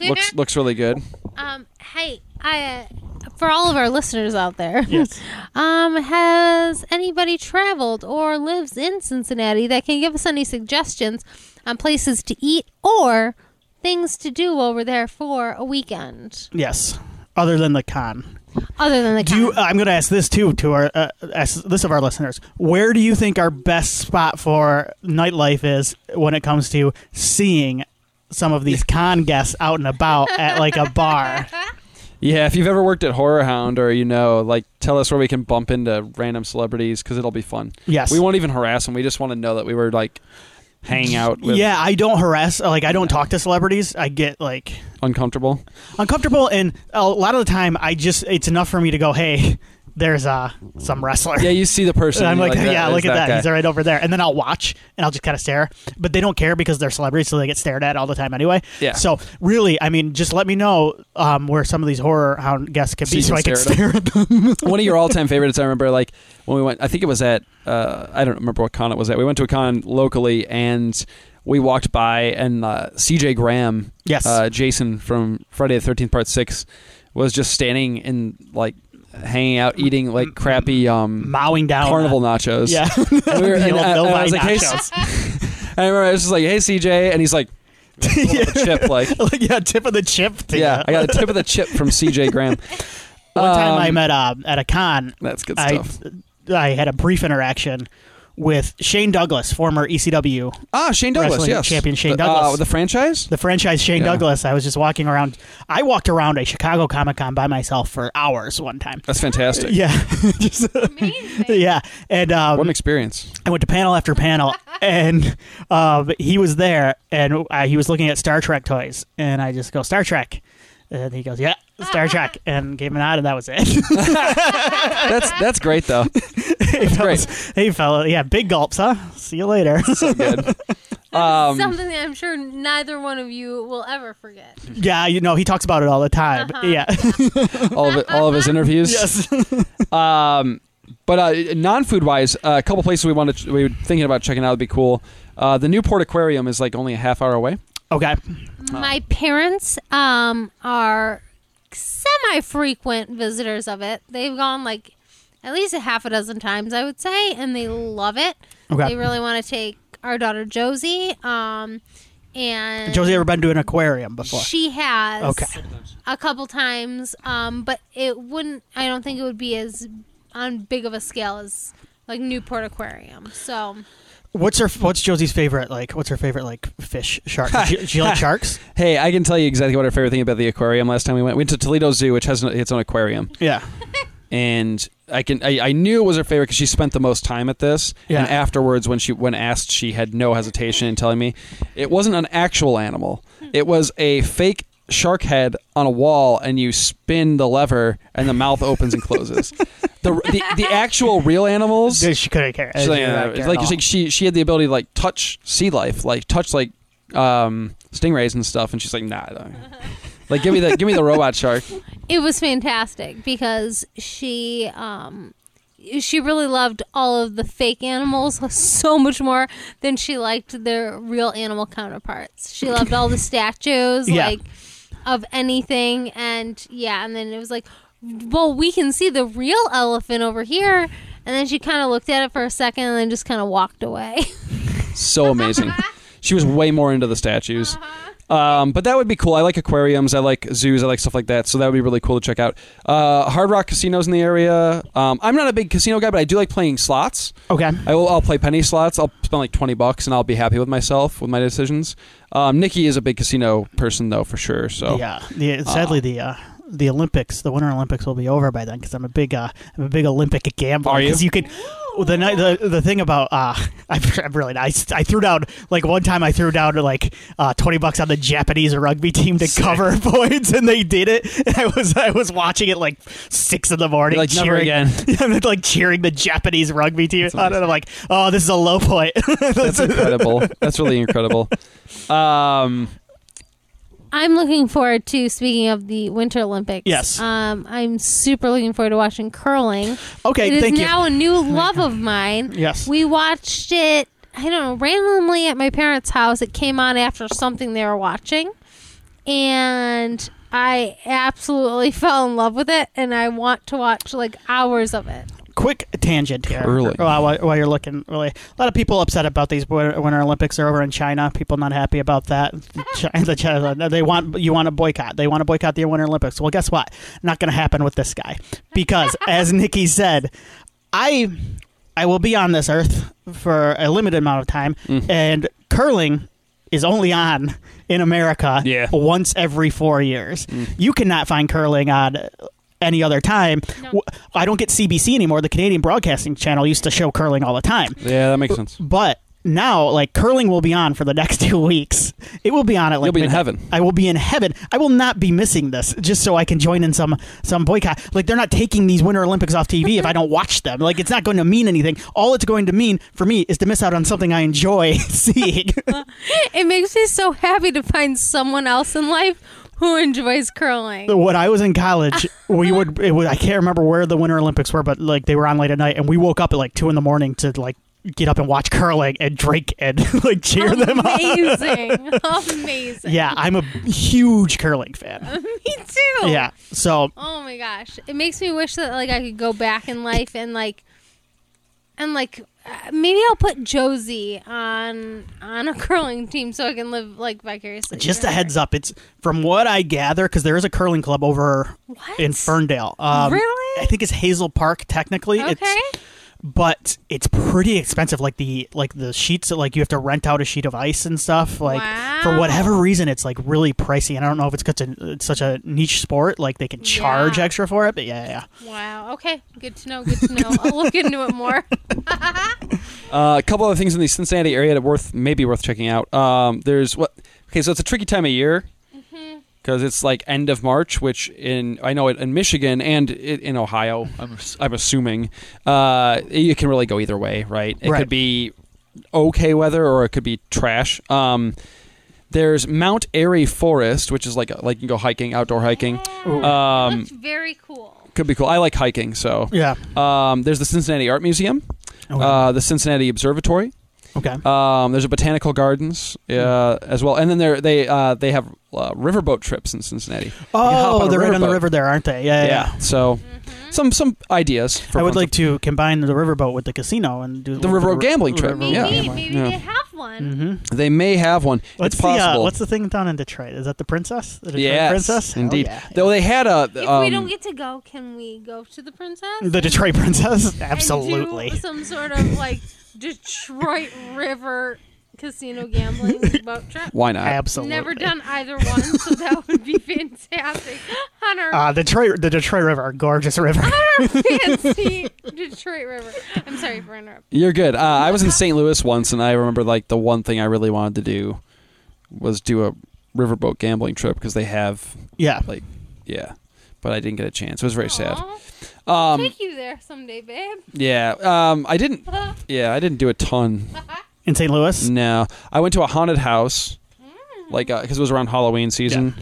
[SPEAKER 1] looks looks really good.
[SPEAKER 3] Um, hey, I uh, for all of our listeners out there,
[SPEAKER 2] Yes.
[SPEAKER 3] um, has anybody traveled or lives in Cincinnati that can give us any suggestions on places to eat or things to do while we're there for a weekend,
[SPEAKER 2] yes. Other than the con.
[SPEAKER 3] other than the
[SPEAKER 2] Do you, uh,
[SPEAKER 3] con-
[SPEAKER 2] I'm going to ask this too to our uh, ask this of our listeners. Where do you think our best spot for nightlife is when it comes to seeing some of these con guests out and about at like a bar?
[SPEAKER 1] Yeah, if you've ever worked at Horror Hound or you know, like, tell us where we can bump into random celebrities because it'll be fun.
[SPEAKER 2] Yes.
[SPEAKER 1] we won't even harass them. We just want to know that we were like hanging out with
[SPEAKER 2] Yeah, I don't harass. Like I don't talk to celebrities. I get like
[SPEAKER 1] uncomfortable.
[SPEAKER 2] uncomfortable, and a lot of the time, I just it's enough for me to go, "Hey, there's uh some wrestler."
[SPEAKER 1] Yeah, you see the person.
[SPEAKER 2] And I'm
[SPEAKER 1] you're
[SPEAKER 2] like, yeah,
[SPEAKER 1] is
[SPEAKER 2] look at that.
[SPEAKER 1] guy."
[SPEAKER 2] He's right over there. And then I'll watch and I'll just kind of stare. But they don't care because they're celebrities, so they get stared at all the time anyway.
[SPEAKER 1] Yeah.
[SPEAKER 2] So really, I mean, just let me know um, where some of these horror hound guests can
[SPEAKER 1] So
[SPEAKER 2] be,
[SPEAKER 1] you
[SPEAKER 2] so
[SPEAKER 1] can
[SPEAKER 2] I can
[SPEAKER 1] stare
[SPEAKER 2] stare at them.
[SPEAKER 1] One of your all-time favorites. I remember, like when we went. I think it was at. Uh, I don't remember what con it was at. We went to a con locally, and we walked by, and uh, C.J. Graham,
[SPEAKER 2] Yes.
[SPEAKER 1] uh, Jason from Friday the Thirteenth Part Six, was just standing and like hanging out, eating like crappy um,
[SPEAKER 2] Mowing down. uh,
[SPEAKER 1] carnival nachos.
[SPEAKER 2] Yeah.
[SPEAKER 1] And we were-
[SPEAKER 2] The
[SPEAKER 1] and
[SPEAKER 2] old
[SPEAKER 1] I- and I was
[SPEAKER 2] Novi
[SPEAKER 1] like, hey,
[SPEAKER 2] nachos.
[SPEAKER 1] I remember I was just like, "Hey, CJ," and he's like, "Hold up the chip, like,
[SPEAKER 2] like yeah, tip of the chip. Thing.
[SPEAKER 1] yeah, I got a tip of the chip from CJ Graham."
[SPEAKER 2] One time
[SPEAKER 1] Um,
[SPEAKER 2] I met uh, at a con.
[SPEAKER 1] That's good
[SPEAKER 2] I
[SPEAKER 1] stuff.
[SPEAKER 2] I had a brief interaction with Shane Douglas, former E ECW
[SPEAKER 1] ah, Shane Douglas,
[SPEAKER 2] wrestling
[SPEAKER 1] yes,
[SPEAKER 2] champion Shane
[SPEAKER 1] The-
[SPEAKER 2] Douglas.
[SPEAKER 1] uh, the franchise.
[SPEAKER 2] the franchise Shane
[SPEAKER 1] Yeah.
[SPEAKER 2] Douglas. I was just walking around. I walked around a Chicago Comic Con by myself for hours one time.
[SPEAKER 1] That's fantastic.
[SPEAKER 2] Yeah, just,
[SPEAKER 3] Amazing.
[SPEAKER 2] yeah. And
[SPEAKER 1] What an
[SPEAKER 2] um,
[SPEAKER 1] experience!
[SPEAKER 2] I went to panel after panel, and um, he was there, and uh, he was looking at Star Trek toys, and I just go Star Trek, and he goes, "Yeah, Star Trek," and gave him an nod, and that was it.
[SPEAKER 1] That's that's great though. That's great.
[SPEAKER 2] hey, fella, yeah, big gulps, huh? See you later.
[SPEAKER 1] So good. Um,
[SPEAKER 3] something that I'm sure neither one of you will ever forget.
[SPEAKER 2] yeah, you know he talks about it all the time. Yeah,
[SPEAKER 1] all of it, all of his interviews.
[SPEAKER 2] yes.
[SPEAKER 1] Um, but uh, non-food wise, uh, a couple places we wanted to, we were thinking about checking out would be cool. Uh, the Newport Aquarium is like only a half hour away.
[SPEAKER 2] okay.
[SPEAKER 3] My parents um, are semi frequent visitors of it. They've gone like at least a half a dozen times, I would say, and they love it.
[SPEAKER 2] Okay.
[SPEAKER 3] They really want to take our daughter Josie. Um, and
[SPEAKER 2] Josie ever been to an aquarium before?
[SPEAKER 3] she has
[SPEAKER 2] Okay.
[SPEAKER 3] a couple times, um, but it wouldn't. I don't think it would be as on big of a scale as like Newport Aquarium. So
[SPEAKER 2] What's her? What's Josie's favorite? Like, what's her favorite? Like fish shark? Does she, does she like sharks?
[SPEAKER 1] Hey, I can tell you exactly what our favorite thing about the aquarium last time we went. We went to Toledo Zoo, which has an, its own aquarium,
[SPEAKER 2] Yeah.
[SPEAKER 1] and I can I, I knew it was her favorite because she spent the most time at this.
[SPEAKER 2] Yeah.
[SPEAKER 1] And afterwards, when she when asked, she had no hesitation in telling me it wasn't an actual animal. It was a fake shark head on a wall, and you spin the lever, and the mouth opens and closes. the, the the actual real animals.
[SPEAKER 2] Dude, she couldn't care.
[SPEAKER 1] She's
[SPEAKER 2] She
[SPEAKER 1] like,
[SPEAKER 2] didn't
[SPEAKER 1] uh,
[SPEAKER 2] care at
[SPEAKER 1] like,
[SPEAKER 2] all.
[SPEAKER 1] it's like she she had the ability to like touch sea life, like touch like um, stingrays and stuff, and she's like, nah, I don't. like give me the give me the robot shark.
[SPEAKER 3] it was fantastic because she um she really loved all of the fake animals so much more than she liked their real animal counterparts. She loved all the statues
[SPEAKER 2] Yeah.
[SPEAKER 3] like of anything and yeah, and then it was like well, we can see the real elephant over here. And then she kind of looked at it for a second and then just kind of walked away.
[SPEAKER 1] So amazing. she was way more into the statues. Um, but that would be cool. I like aquariums. I like zoos. I like stuff like that. So that would be really cool to check out. Uh, Hard Rock casinos in the area. Um, I'm not a big casino guy, but I do like playing slots.
[SPEAKER 2] okay.
[SPEAKER 1] I will, I'll play penny slots. I'll spend like twenty bucks, and I'll be happy with myself with my decisions. Um, Nikki is a big casino person, though, for sure. So
[SPEAKER 2] Yeah. The,
[SPEAKER 1] Ah.
[SPEAKER 2] sadly, the uh, the Olympics, the Winter Olympics, will be over by then because I'm a big uh, I'm a big Olympic gambler.
[SPEAKER 1] Are you?
[SPEAKER 2] Because you could. The, night, the the thing about uh, I, I'm really I, I threw down like one time I threw down like uh, twenty bucks on the Japanese rugby team to cover points and they did it. And I was I was watching it like six in the morning,
[SPEAKER 1] You're like, "Never
[SPEAKER 2] cheering,
[SPEAKER 1] again."
[SPEAKER 2] I'm like cheering the Japanese rugby team on, and I'm like, oh, this is a low point.
[SPEAKER 1] That's incredible. That's really incredible. Um,
[SPEAKER 3] I'm looking forward to speaking of the Winter Olympics.
[SPEAKER 2] Yes.
[SPEAKER 3] Um, I'm super looking forward to watching curling.
[SPEAKER 2] okay,
[SPEAKER 3] it is
[SPEAKER 2] thank you.
[SPEAKER 3] now a new love of mine.
[SPEAKER 2] Yes.
[SPEAKER 3] We watched it, I don't know, randomly at my parents' house. It came on after something they were watching. And I absolutely fell in love with it. And I want to watch like hours of it.
[SPEAKER 2] quick tangent here
[SPEAKER 1] Curling.
[SPEAKER 2] While, while- while you're looking really a lot of people upset about these winter, winter olympics are over in china people not happy about that China, the China, they want you want to boycott they want to boycott the winter olympics well guess what not going to happen with this guy because as nikki said i i will be on this earth for a limited amount of time
[SPEAKER 1] Mm.
[SPEAKER 2] and curling is only on in America
[SPEAKER 1] Yeah. Mm.
[SPEAKER 2] once every four years. You cannot find curling on any other time. W- I don't get CBC anymore. The Canadian Broadcasting Channel used to show curling all the time.
[SPEAKER 1] yeah, that makes sense.
[SPEAKER 2] But now, like, curling will be on for the next two weeks. It will be on at like
[SPEAKER 1] You'll be in
[SPEAKER 2] midnight.
[SPEAKER 1] heaven.
[SPEAKER 2] I will be in heaven. I will not be missing this just so I can join in some some boycott. Like they're not taking these Winter Olympics off TV if I don't watch them. Like it's not going to mean anything. All it's going to mean for me is to miss out on something I enjoy seeing.
[SPEAKER 3] It makes me so happy to find someone else in life who enjoys curling.
[SPEAKER 2] when I was in college, we would, it would I can't remember where the Winter Olympics were, but like they were on late at night, and we woke up at like two in the morning to like get up and watch curling and drink and like cheer them on.
[SPEAKER 3] Amazing. Amazing.
[SPEAKER 2] Yeah, I'm a huge curling fan.
[SPEAKER 3] Me too.
[SPEAKER 2] Yeah, so
[SPEAKER 3] Oh my gosh, it makes me wish that like I could go back in life and like, and like uh, maybe I'll put Josie on on a curling team so I can live like vicariously.
[SPEAKER 2] just a heads up, it's from what I gather because there is a curling club over
[SPEAKER 3] What?
[SPEAKER 2] in Ferndale. Um,
[SPEAKER 3] Really?
[SPEAKER 2] I think it's Hazel Park technically.
[SPEAKER 3] Okay.
[SPEAKER 2] It's, but it's pretty expensive. Like the like the sheets, like you have to rent out a sheet of ice and stuff. Like for
[SPEAKER 3] Wow.
[SPEAKER 2] whatever reason, it's like really pricey. And I don't know if it's because it's such a niche sport, like they can charge
[SPEAKER 3] Yeah.
[SPEAKER 2] extra for it. But yeah, yeah.
[SPEAKER 3] Wow. Okay. Good to know. Good to know. I'll look into it more.
[SPEAKER 1] Uh, a couple other things in the Cincinnati area that worth maybe worth checking out. Um, there's what? Okay, so it's a tricky time of year because it's like end of March, which in I know it in Michigan and it, in Ohio. I'm, I'm assuming uh, it can really go either way, right? It
[SPEAKER 2] Right.
[SPEAKER 1] could be okay weather or it could be trash. Um, there's Mount Airy Forest, which is like a, like you can go hiking, outdoor hiking. Um,
[SPEAKER 3] Looks very cool.
[SPEAKER 1] could be cool. I like hiking, so
[SPEAKER 2] Yeah. Oh,
[SPEAKER 1] Um, there's the Cincinnati Art Museum,
[SPEAKER 2] Okay.
[SPEAKER 1] uh, the Cincinnati Observatory.
[SPEAKER 2] Okay.
[SPEAKER 1] Um, there's a botanical gardens uh, as well, and then there they uh, they have uh, riverboat trips in Cincinnati. You hop on
[SPEAKER 2] oh,
[SPEAKER 1] a
[SPEAKER 2] they're right on the
[SPEAKER 1] riverboat.
[SPEAKER 2] river there, aren't they? Yeah, yeah. yeah.
[SPEAKER 1] So
[SPEAKER 3] Mm-hmm.
[SPEAKER 1] some some ideas. For
[SPEAKER 2] I would
[SPEAKER 1] fun
[SPEAKER 2] like to combine the riverboat with the casino and do
[SPEAKER 1] The riverboat gambling trip,
[SPEAKER 2] riverboat
[SPEAKER 3] Maybe
[SPEAKER 1] yeah.
[SPEAKER 2] gambling. Mm-hmm.
[SPEAKER 3] maybe
[SPEAKER 1] Yeah. Mm.
[SPEAKER 3] they have one.
[SPEAKER 1] They may have one.
[SPEAKER 2] What's
[SPEAKER 1] it's
[SPEAKER 2] the, uh,
[SPEAKER 1] possible.
[SPEAKER 2] what's the thing down in Detroit? Is that the princess? The Detroit
[SPEAKER 1] yes,
[SPEAKER 2] princess? Hell
[SPEAKER 1] indeed.
[SPEAKER 2] yeah.
[SPEAKER 1] Though they had a.
[SPEAKER 3] If
[SPEAKER 1] um,
[SPEAKER 3] we don't get to go, can we go to the princess?
[SPEAKER 2] The Detroit princess?
[SPEAKER 3] and do
[SPEAKER 2] Absolutely.
[SPEAKER 3] some sort of like Detroit River casino gambling boat trip.
[SPEAKER 1] why not?
[SPEAKER 2] Absolutely.
[SPEAKER 3] Never done either one, so that would be fantastic on our
[SPEAKER 2] Uh, Detroit, the Detroit River, gorgeous river.
[SPEAKER 3] fancy Detroit River. I'm sorry for interrupting.
[SPEAKER 1] You're good. Uh, I was in St. Louis once, and I remember like the one thing I really wanted to do was do a riverboat gambling trip because they have
[SPEAKER 2] yeah.
[SPEAKER 1] like, yeah, but I didn't get a chance. It was very sad.
[SPEAKER 3] Aw,
[SPEAKER 1] Um,
[SPEAKER 3] Take you there someday, babe.
[SPEAKER 1] yeah, um, I didn't. Yeah, I didn't do a ton.
[SPEAKER 2] In St. Louis?
[SPEAKER 1] No, I went to a haunted house,
[SPEAKER 3] Mm.
[SPEAKER 1] like because it was around Halloween season,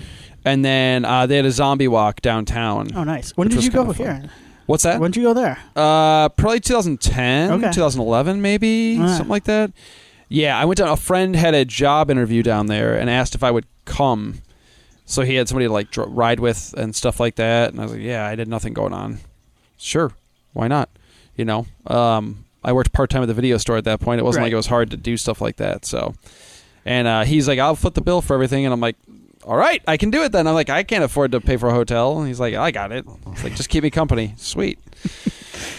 [SPEAKER 1] and then uh, they had a zombie walk downtown.
[SPEAKER 2] Oh, nice. When
[SPEAKER 1] Which
[SPEAKER 2] did
[SPEAKER 1] was
[SPEAKER 2] you go
[SPEAKER 1] kinda fun.
[SPEAKER 2] here?
[SPEAKER 1] What's that?
[SPEAKER 2] When did you go there?
[SPEAKER 1] Uh, probably 2010,
[SPEAKER 2] Okay.
[SPEAKER 1] 2011, maybe
[SPEAKER 2] All right.
[SPEAKER 1] something like that. Yeah, I went down. A friend had a job interview down there and asked if I would come. So he had somebody to like dr- ride with and stuff like that. And I was like, yeah, I did nothing going on. Sure, why not? You know, um, I worked part time at the video store at that point. It wasn't
[SPEAKER 2] Right.
[SPEAKER 1] like it was hard to do stuff like that. So, and uh, he's like, I'll foot the bill for everything, and I'm like. All right, I can do it then. I'm like, I can't afford to pay for a hotel. And he's like, I got it. It's like, just keep me company. Sweet.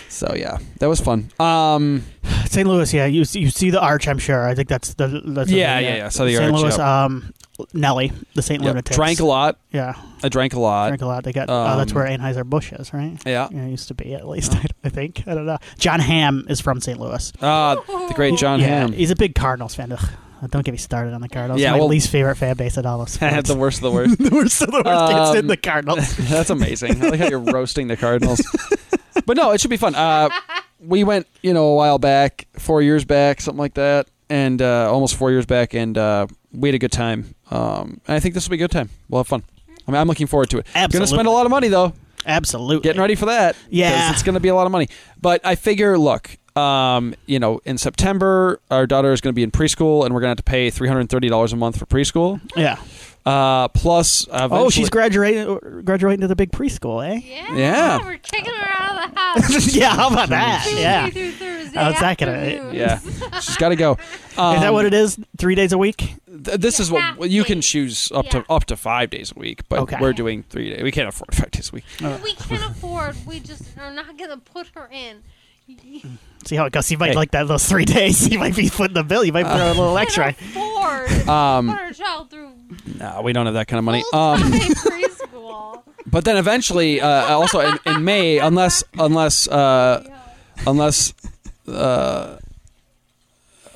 [SPEAKER 1] So yeah, that was fun. Um,
[SPEAKER 2] St. Louis, yeah. You see- you see the arch, I'm sure. I think that's the that's the
[SPEAKER 1] Yeah,
[SPEAKER 2] thing,
[SPEAKER 1] yeah, yeah. Saw the
[SPEAKER 2] St.
[SPEAKER 1] arch,
[SPEAKER 2] Louis,
[SPEAKER 1] yep.
[SPEAKER 2] um, Nelly, the St.
[SPEAKER 1] yeah,
[SPEAKER 2] Lunatics.
[SPEAKER 1] drank a lot.
[SPEAKER 2] Yeah,
[SPEAKER 1] I drank a lot.
[SPEAKER 2] drank a lot. They got.
[SPEAKER 1] Um, uh,
[SPEAKER 2] uh, that's where Anheuser Busch is, right?
[SPEAKER 1] yeah.
[SPEAKER 2] Yeah, it used to be at least. I think. I don't know. John Hamm is from St. Louis.
[SPEAKER 1] Uh, the great John
[SPEAKER 2] yeah,
[SPEAKER 1] Hamm.
[SPEAKER 2] he's a big Cardinals fan. Ugh, don't get me started on the Cardinals.
[SPEAKER 1] Yeah,
[SPEAKER 2] my
[SPEAKER 1] well-
[SPEAKER 2] least favorite fan base at all of
[SPEAKER 1] I
[SPEAKER 2] sports.
[SPEAKER 1] had the worst of the worst.
[SPEAKER 2] the worst of the worst.
[SPEAKER 1] Um,
[SPEAKER 2] it's in the Cardinals.
[SPEAKER 1] That's amazing. I like how you're roasting the Cardinals. But no, it should be fun. Uh, we went, you know, a while back, four years back, something like that, and uh, almost four years back, and uh, we had a good time. Um, and I think this will be a good time. We'll have fun. I mean, I'm looking forward to it. Going to
[SPEAKER 2] Absolutely.
[SPEAKER 1] spend a lot of money though.
[SPEAKER 2] Absolutely.
[SPEAKER 1] getting ready for that. 'cause
[SPEAKER 2] Yeah.
[SPEAKER 1] it's going to be a lot of money. But I figure, look, um, you know, in September, our daughter is going to be in preschool, and we're going to have to pay three hundred thirty dollars a month for preschool.
[SPEAKER 2] Yeah.
[SPEAKER 1] Uh, plus,
[SPEAKER 2] Oh, she's
[SPEAKER 1] great.
[SPEAKER 2] graduating graduating to the big preschool, eh?
[SPEAKER 3] Yeah,
[SPEAKER 1] Yeah.
[SPEAKER 3] we're kicking her out of the house.
[SPEAKER 2] yeah, how about that?
[SPEAKER 3] Tuesday
[SPEAKER 2] Yeah.
[SPEAKER 3] through Thursday
[SPEAKER 2] Oh, it's not gonna-
[SPEAKER 3] afternoons.
[SPEAKER 1] yeah, she's got to go. Um,
[SPEAKER 2] is that what it is? Three days a week?
[SPEAKER 1] th- this is what well, you can choose up
[SPEAKER 3] Yeah.
[SPEAKER 1] to up to five days a week, but
[SPEAKER 2] Okay.
[SPEAKER 1] we're doing three days. We can't afford five days a week.
[SPEAKER 2] Uh,
[SPEAKER 3] We can afford. We just are not gonna put her in. You
[SPEAKER 2] See how it goes. You might
[SPEAKER 1] Hey. Uh.
[SPEAKER 2] like that those three days. You might be footing the bill. You might throw a little
[SPEAKER 3] can
[SPEAKER 2] extra.
[SPEAKER 3] afford to
[SPEAKER 1] Um,
[SPEAKER 3] put our child through
[SPEAKER 1] no, we don't have that kind of money.
[SPEAKER 3] full-time
[SPEAKER 1] Um,
[SPEAKER 3] preschool.
[SPEAKER 1] but then eventually, uh, also in, in May, unless unless uh, unless uh,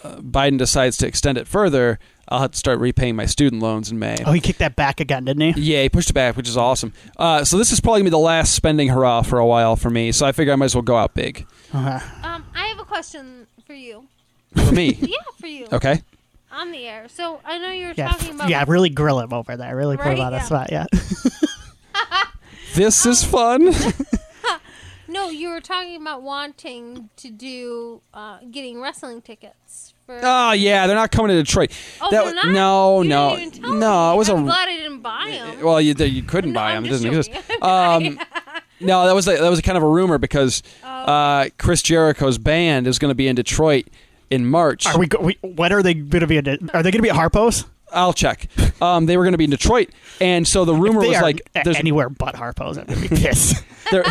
[SPEAKER 1] Biden decides to extend it further, I'll have to start repaying my student loans in May.
[SPEAKER 2] Oh, he kicked that back again, didn't he?
[SPEAKER 1] Yeah, he pushed it back, which is awesome. Uh, so this is probably gonna be the last spending hurrah for a while for me. So I figure I might as well go out big
[SPEAKER 2] Uh,
[SPEAKER 3] Um, I have a question for you.
[SPEAKER 1] for me.
[SPEAKER 3] Yeah, for you.
[SPEAKER 1] Okay.
[SPEAKER 3] On the air. So I know you were
[SPEAKER 2] yeah,
[SPEAKER 3] talking about.
[SPEAKER 2] yeah. Really grill him over there. Really put
[SPEAKER 3] Right?
[SPEAKER 2] him on the
[SPEAKER 3] Yeah.
[SPEAKER 2] spot. Yeah.
[SPEAKER 1] This is fun.
[SPEAKER 3] No, you were talking about wanting to do uh, getting wrestling tickets for.
[SPEAKER 1] oh yeah, they're not coming to Detroit.
[SPEAKER 3] oh,
[SPEAKER 1] that
[SPEAKER 3] they're
[SPEAKER 1] w-
[SPEAKER 3] not?
[SPEAKER 1] No,
[SPEAKER 3] You
[SPEAKER 1] no,
[SPEAKER 3] didn't even tell
[SPEAKER 1] no.
[SPEAKER 3] me.
[SPEAKER 1] It was
[SPEAKER 3] I'm
[SPEAKER 1] a
[SPEAKER 3] glad I didn't buy them.
[SPEAKER 1] Well, you, you couldn't
[SPEAKER 3] No,
[SPEAKER 1] buy
[SPEAKER 3] I'm
[SPEAKER 1] them; it
[SPEAKER 3] just
[SPEAKER 1] doesn't exist. Um, no, that was a, that was kind of a rumor because
[SPEAKER 3] Oh.
[SPEAKER 1] uh, Chris Jericho's band is going to be in Detroit in March.
[SPEAKER 2] Are we, go- we? When are they going to be? At, are they going to be at Harpo's?
[SPEAKER 1] I'll check. Um, they were going to be in Detroit, and so the rumor
[SPEAKER 2] They
[SPEAKER 1] was
[SPEAKER 2] are
[SPEAKER 1] like
[SPEAKER 2] a-
[SPEAKER 1] there's
[SPEAKER 2] anywhere but Harpo's. I'm going to be pissed.
[SPEAKER 1] there,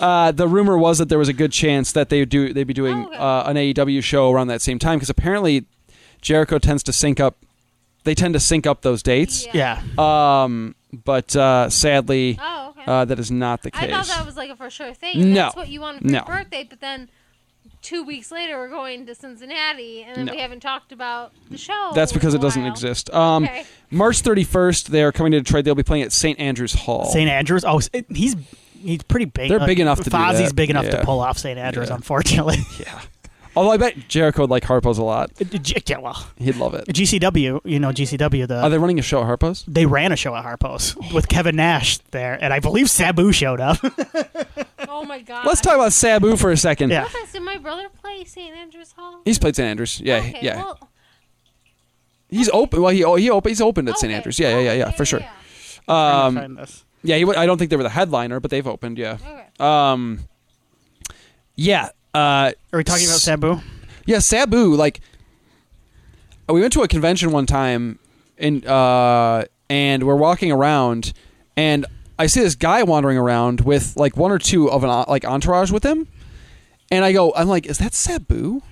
[SPEAKER 1] uh, the rumor was that there was a good chance that they do they'd be doing
[SPEAKER 3] Oh, okay.
[SPEAKER 1] uh, an AEW show around that same time because apparently Jericho tends to sync up. They tend to sync up those dates,
[SPEAKER 2] yeah.
[SPEAKER 1] um, but uh, sadly,
[SPEAKER 3] Oh, okay.
[SPEAKER 1] uh, that is not the
[SPEAKER 3] I
[SPEAKER 1] case.
[SPEAKER 3] thought that was like a for sure thing. and
[SPEAKER 1] No.
[SPEAKER 3] That's what you wanted for
[SPEAKER 1] No.
[SPEAKER 3] your birthday, but then two weeks later we're going to Cincinnati, and then
[SPEAKER 1] No.
[SPEAKER 3] we haven't talked about the show.
[SPEAKER 1] That's because
[SPEAKER 3] in
[SPEAKER 1] it
[SPEAKER 3] a
[SPEAKER 1] doesn't
[SPEAKER 3] while.
[SPEAKER 1] exist. Um,
[SPEAKER 3] Okay.
[SPEAKER 1] March 31st, they are coming to Detroit. They'll be playing at St. Andrews Hall.
[SPEAKER 2] St. Andrews. Oh, it- he's he's pretty big.
[SPEAKER 1] They're big enough to do
[SPEAKER 2] Fozzie's
[SPEAKER 1] that.
[SPEAKER 2] big enough
[SPEAKER 1] Yeah.
[SPEAKER 2] to pull off St. Andrews.
[SPEAKER 1] Yeah.
[SPEAKER 2] Unfortunately,
[SPEAKER 1] yeah. Although I bet Jericho would like Harpo's a lot.
[SPEAKER 2] G- yeah, well,
[SPEAKER 1] He'd love it.
[SPEAKER 2] GCW. You know, GCW. The
[SPEAKER 1] Are they running a show at
[SPEAKER 3] Uh,
[SPEAKER 1] Harpo's?
[SPEAKER 2] they ran a show at Harpo's with Kevin Nash there, and I believe Sabu showed up.
[SPEAKER 3] Oh my god.
[SPEAKER 1] Let's talk about Sabu for a second.
[SPEAKER 2] Yeah.
[SPEAKER 3] Yes, did my brother play St. Andrews Hall?
[SPEAKER 1] He's played St. Andrews. Yeah,
[SPEAKER 3] okay,
[SPEAKER 1] yeah.
[SPEAKER 3] Well,
[SPEAKER 1] he's open. Well, he oh, he open, he's opened at St.
[SPEAKER 3] okay. Oh,
[SPEAKER 1] Andrews. Yeah, yeah, yeah, yeah,
[SPEAKER 3] Okay,
[SPEAKER 1] for sure.
[SPEAKER 3] yeah,
[SPEAKER 2] I'm
[SPEAKER 1] Um,
[SPEAKER 2] gonna find this.
[SPEAKER 1] yeah, he, wa- I don't think they were the headliner, but they've opened. Yeah.
[SPEAKER 3] yeah. Okay.
[SPEAKER 1] Um, yeah. Uh,
[SPEAKER 3] uh,
[SPEAKER 2] Are we talking about
[SPEAKER 1] S-
[SPEAKER 2] Sabu?
[SPEAKER 1] yeah. Sabu, like, we went to a convention one time and uh and we're walking around and I see this guy wandering around with like one or two of an en- like entourage with him. And I go, I'm like, is that Sabu?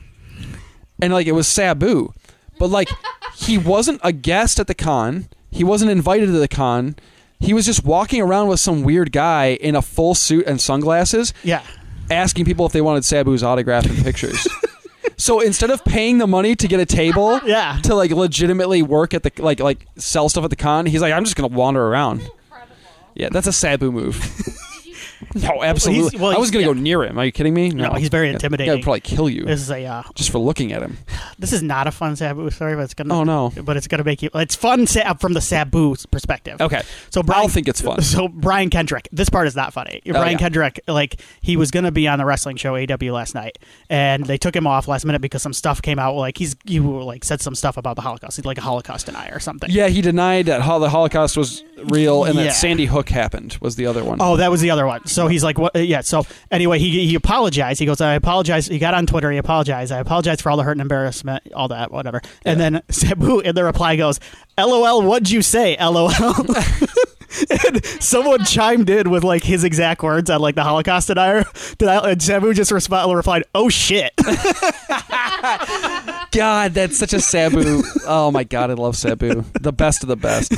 [SPEAKER 1] And like it was Sabu. But like he wasn't a guest at the con. He wasn't invited to the con. He was just walking around with some weird guy in a full suit and sunglasses
[SPEAKER 2] Yeah.
[SPEAKER 1] asking people if they wanted Sabu's autograph and pictures. so instead of paying the money to get a table,
[SPEAKER 2] Yeah.
[SPEAKER 1] to like legitimately work at the like like sell stuff at the con, he's like, I'm just gonna wander around. Yeah, that's a Sabu move. no, absolutely.
[SPEAKER 2] well,
[SPEAKER 1] I was
[SPEAKER 2] he's-
[SPEAKER 1] gonna go
[SPEAKER 2] yeah.
[SPEAKER 1] near him. Are you kidding me?
[SPEAKER 2] No, he's very
[SPEAKER 1] Yeah, Yeah,
[SPEAKER 2] intimidating.
[SPEAKER 1] would probably kill you
[SPEAKER 2] This is a uh,
[SPEAKER 1] just for looking at him.
[SPEAKER 2] this is not a fun Sabu story, but it's gonna.
[SPEAKER 1] Oh, no.
[SPEAKER 2] But it's gonna make you. It's fun Sab from the Sabu perspective.
[SPEAKER 1] Okay.
[SPEAKER 2] So Brian,
[SPEAKER 1] I'll think it's fun. Oh,
[SPEAKER 2] So Brian Kendrick, this part is not funny. Brian
[SPEAKER 1] yeah.
[SPEAKER 2] Kendrick, like he was gonna be on the wrestling show AW last night, and they took him off last minute because some stuff came out. Like he's you like said some stuff about the Holocaust. He's like a Holocaust denier or something.
[SPEAKER 1] Yeah, he denied that hol- the Holocaust was real and
[SPEAKER 2] Yeah.
[SPEAKER 1] that Sandy Hook happened was the other one.
[SPEAKER 2] Oh, that was the other one. So he's like, what? Yeah. So anyway, he he apologized. He goes, I apologize. He got on Twitter. He apologized. I apologize for all the hurt and embarrassment, all that, whatever. And then Sabu in the reply goes, "LOL, what'd you say? LOL." and someone chimed in with like his exact words on like the Holocaust denier. denial, And Sabu just resp- replied, "Oh shit."
[SPEAKER 1] God, that's such a Sabu. oh my God, I love Sabu. The best of the best.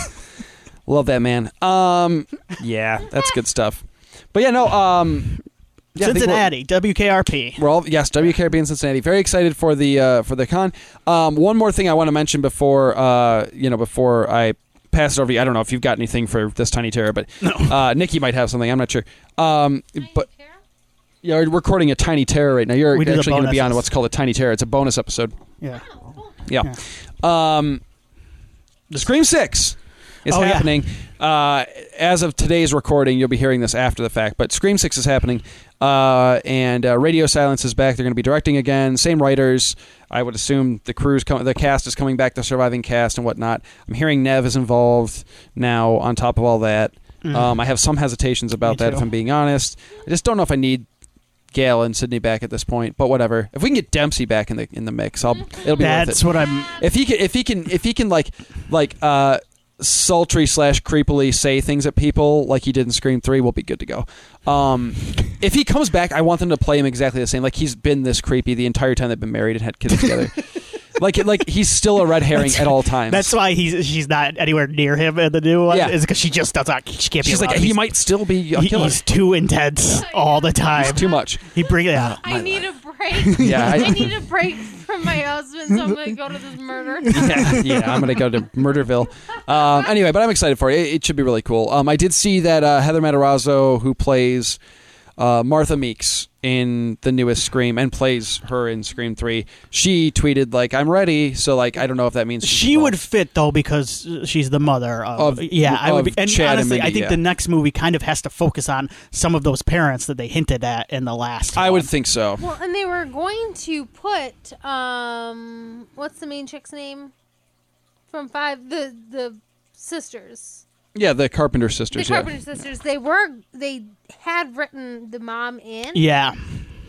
[SPEAKER 1] Love that man. Um, yeah, that's good stuff. But yeah, no. Um, yeah, I think we're-
[SPEAKER 2] Cincinnati, WKRP.
[SPEAKER 1] We're all yes, WKRP in Cincinnati. Very excited for the uh, for the con. Um, one more thing I want to mention before uh, you know before I pass it over. to you. I don't know if you've got anything for this tiny terror, but uh, Nikki might have something. I'm not sure. Um, but yeah, we're recording a tiny terror right now. You're
[SPEAKER 2] We do
[SPEAKER 1] actually
[SPEAKER 2] the
[SPEAKER 1] going to be on
[SPEAKER 2] bonuses.
[SPEAKER 1] what's called a tiny terror. It's a bonus episode.
[SPEAKER 2] Yeah.
[SPEAKER 3] Oh,
[SPEAKER 1] Yeah. Um, the Scream Six is
[SPEAKER 2] Oh, yeah.
[SPEAKER 1] happening. Uh, as of today's recording, you'll be hearing this after the fact, but Scream Six is happening. Uh, and uh, Radio Silence is back. They're going to be directing again. Same writers. I would assume the crew's com- the cast is coming back, the surviving cast and whatnot. I'm hearing Nev is involved now. On top of all that, um, I have some hesitations about
[SPEAKER 2] Mm-hmm. Me
[SPEAKER 1] that.
[SPEAKER 2] too.
[SPEAKER 1] If I'm being honest, I just don't know if I need Gail and Sydney back at this point. But whatever. If we can get Dempsey back in the in the mix, I'll it'll be worth it
[SPEAKER 2] That's what I'm.
[SPEAKER 1] if he can if he can if he can like like uh sultry slash creepily say things at people like he did in scream 3 we'll be good to go um if he comes back i want them to play him exactly the same like he's been this creepy the entire time they've been married and had kids together like like he's still a red herring at all times
[SPEAKER 2] That's why he's she's not anywhere near him in the new one.
[SPEAKER 1] Yeah.
[SPEAKER 2] Is because she just does not. She can't be.
[SPEAKER 1] she's like
[SPEAKER 2] around him.
[SPEAKER 1] he
[SPEAKER 2] He's-
[SPEAKER 1] might still be a
[SPEAKER 2] He-
[SPEAKER 1] killer
[SPEAKER 2] he's too intense all the
[SPEAKER 1] He's
[SPEAKER 2] time.
[SPEAKER 1] too much
[SPEAKER 2] He bring it out.
[SPEAKER 3] I need a break.
[SPEAKER 1] Yeah, I-
[SPEAKER 3] I, need a break from my husband, so I'm going to go to this murder.
[SPEAKER 1] yeah, yeah, I'm gonna go to Murderville. Um, anyway, but I'm excited for it. it. It should be really cool. Um, I did see that uh, Heather Matarazzo, who plays uh, Martha Meeks in the newest Scream and plays her in Scream Three, she tweeted like, "I'm ready." So like, I don't know if that means she's
[SPEAKER 2] She
[SPEAKER 1] involved.
[SPEAKER 2] would fit though because she's the mother of,
[SPEAKER 1] Of-
[SPEAKER 2] yeah. I would be,
[SPEAKER 1] of
[SPEAKER 2] and
[SPEAKER 1] Chad and
[SPEAKER 2] honestly, I
[SPEAKER 1] Mindy,
[SPEAKER 2] think
[SPEAKER 1] yeah.
[SPEAKER 2] the next movie kind of has to focus on some of those parents that they hinted at in the last.
[SPEAKER 1] I
[SPEAKER 2] one.
[SPEAKER 1] would think so.
[SPEAKER 3] Well, and they were going to put um, what's the main chick's name from Five? The the sisters,
[SPEAKER 1] Yeah, the Carpenter
[SPEAKER 3] the
[SPEAKER 1] sisters. yeah.
[SPEAKER 3] Carpenter sisters. They were they had written the mom in,
[SPEAKER 2] Yeah,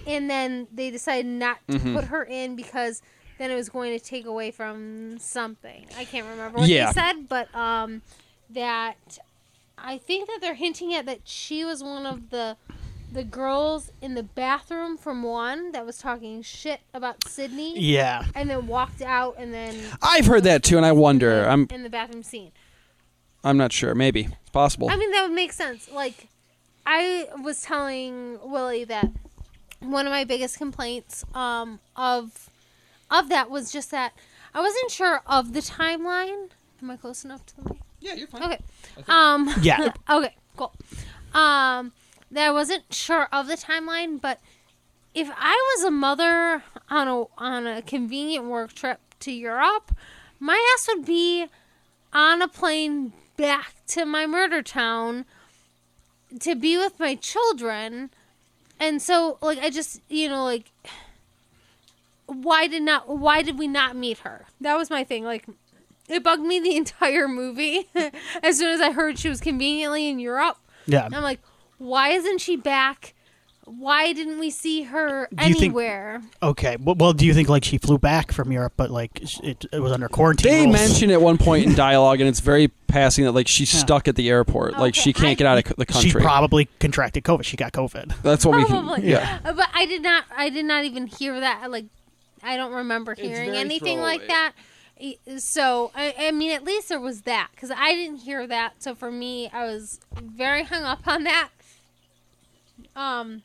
[SPEAKER 3] and then they decided not to
[SPEAKER 1] Mm-hmm.
[SPEAKER 3] put her in because then it was going to take away from something. I can't remember what
[SPEAKER 1] Yeah.
[SPEAKER 3] they said, but um, that I think that they're hinting at that she was one of the the girls in the bathroom from one that was talking shit about Sydney
[SPEAKER 2] yeah.
[SPEAKER 3] and then walked out and then
[SPEAKER 1] I've heard that too, and I wonder. I'm
[SPEAKER 3] in the bathroom scene.
[SPEAKER 1] I'm not sure. Maybe it's possible.
[SPEAKER 3] I mean, that would make sense. Like, I was telling Willie that one of my biggest complaints um, of of that was just that I wasn't sure of the timeline. Am I close enough to the mic?
[SPEAKER 1] yeah, you're fine.
[SPEAKER 3] Okay. Um,
[SPEAKER 2] Yeah.
[SPEAKER 3] okay. Cool. Um, that I wasn't sure of the timeline, but if I was a mother on a on a convenient work trip to Europe, my ass would be on a plane back to my murder town to be with my children. And so like I just, you know, like why did not why did we not meet her? That was my thing. Like it bugged me the entire movie as soon as I heard she was conveniently in Europe.
[SPEAKER 2] Yeah.
[SPEAKER 3] I'm like, why isn't she back? Why didn't we see her
[SPEAKER 2] Do you think-
[SPEAKER 3] anywhere?
[SPEAKER 2] Okay. Well, well, do you think like she flew back from Europe, but like sh- it, it was under quarantine?
[SPEAKER 1] They
[SPEAKER 2] rules?
[SPEAKER 1] mention at one point in dialogue, and it's very passing that like she's
[SPEAKER 2] Yeah.
[SPEAKER 1] stuck at the airport, like
[SPEAKER 3] Okay,
[SPEAKER 1] she can't
[SPEAKER 3] I-
[SPEAKER 1] get out of c- the
[SPEAKER 2] she
[SPEAKER 1] country.
[SPEAKER 2] probably contracted COVID. She got COVID.
[SPEAKER 1] That's what we
[SPEAKER 3] Probably.
[SPEAKER 1] can. Yeah,
[SPEAKER 3] Uh, But I did not. I did not even hear that. Like, I don't remember hearing
[SPEAKER 1] very
[SPEAKER 3] anything like
[SPEAKER 1] throwaway.
[SPEAKER 3] that. E- So I, I mean, at least there was that because I didn't hear that. So for me, I was very hung up on that. Um,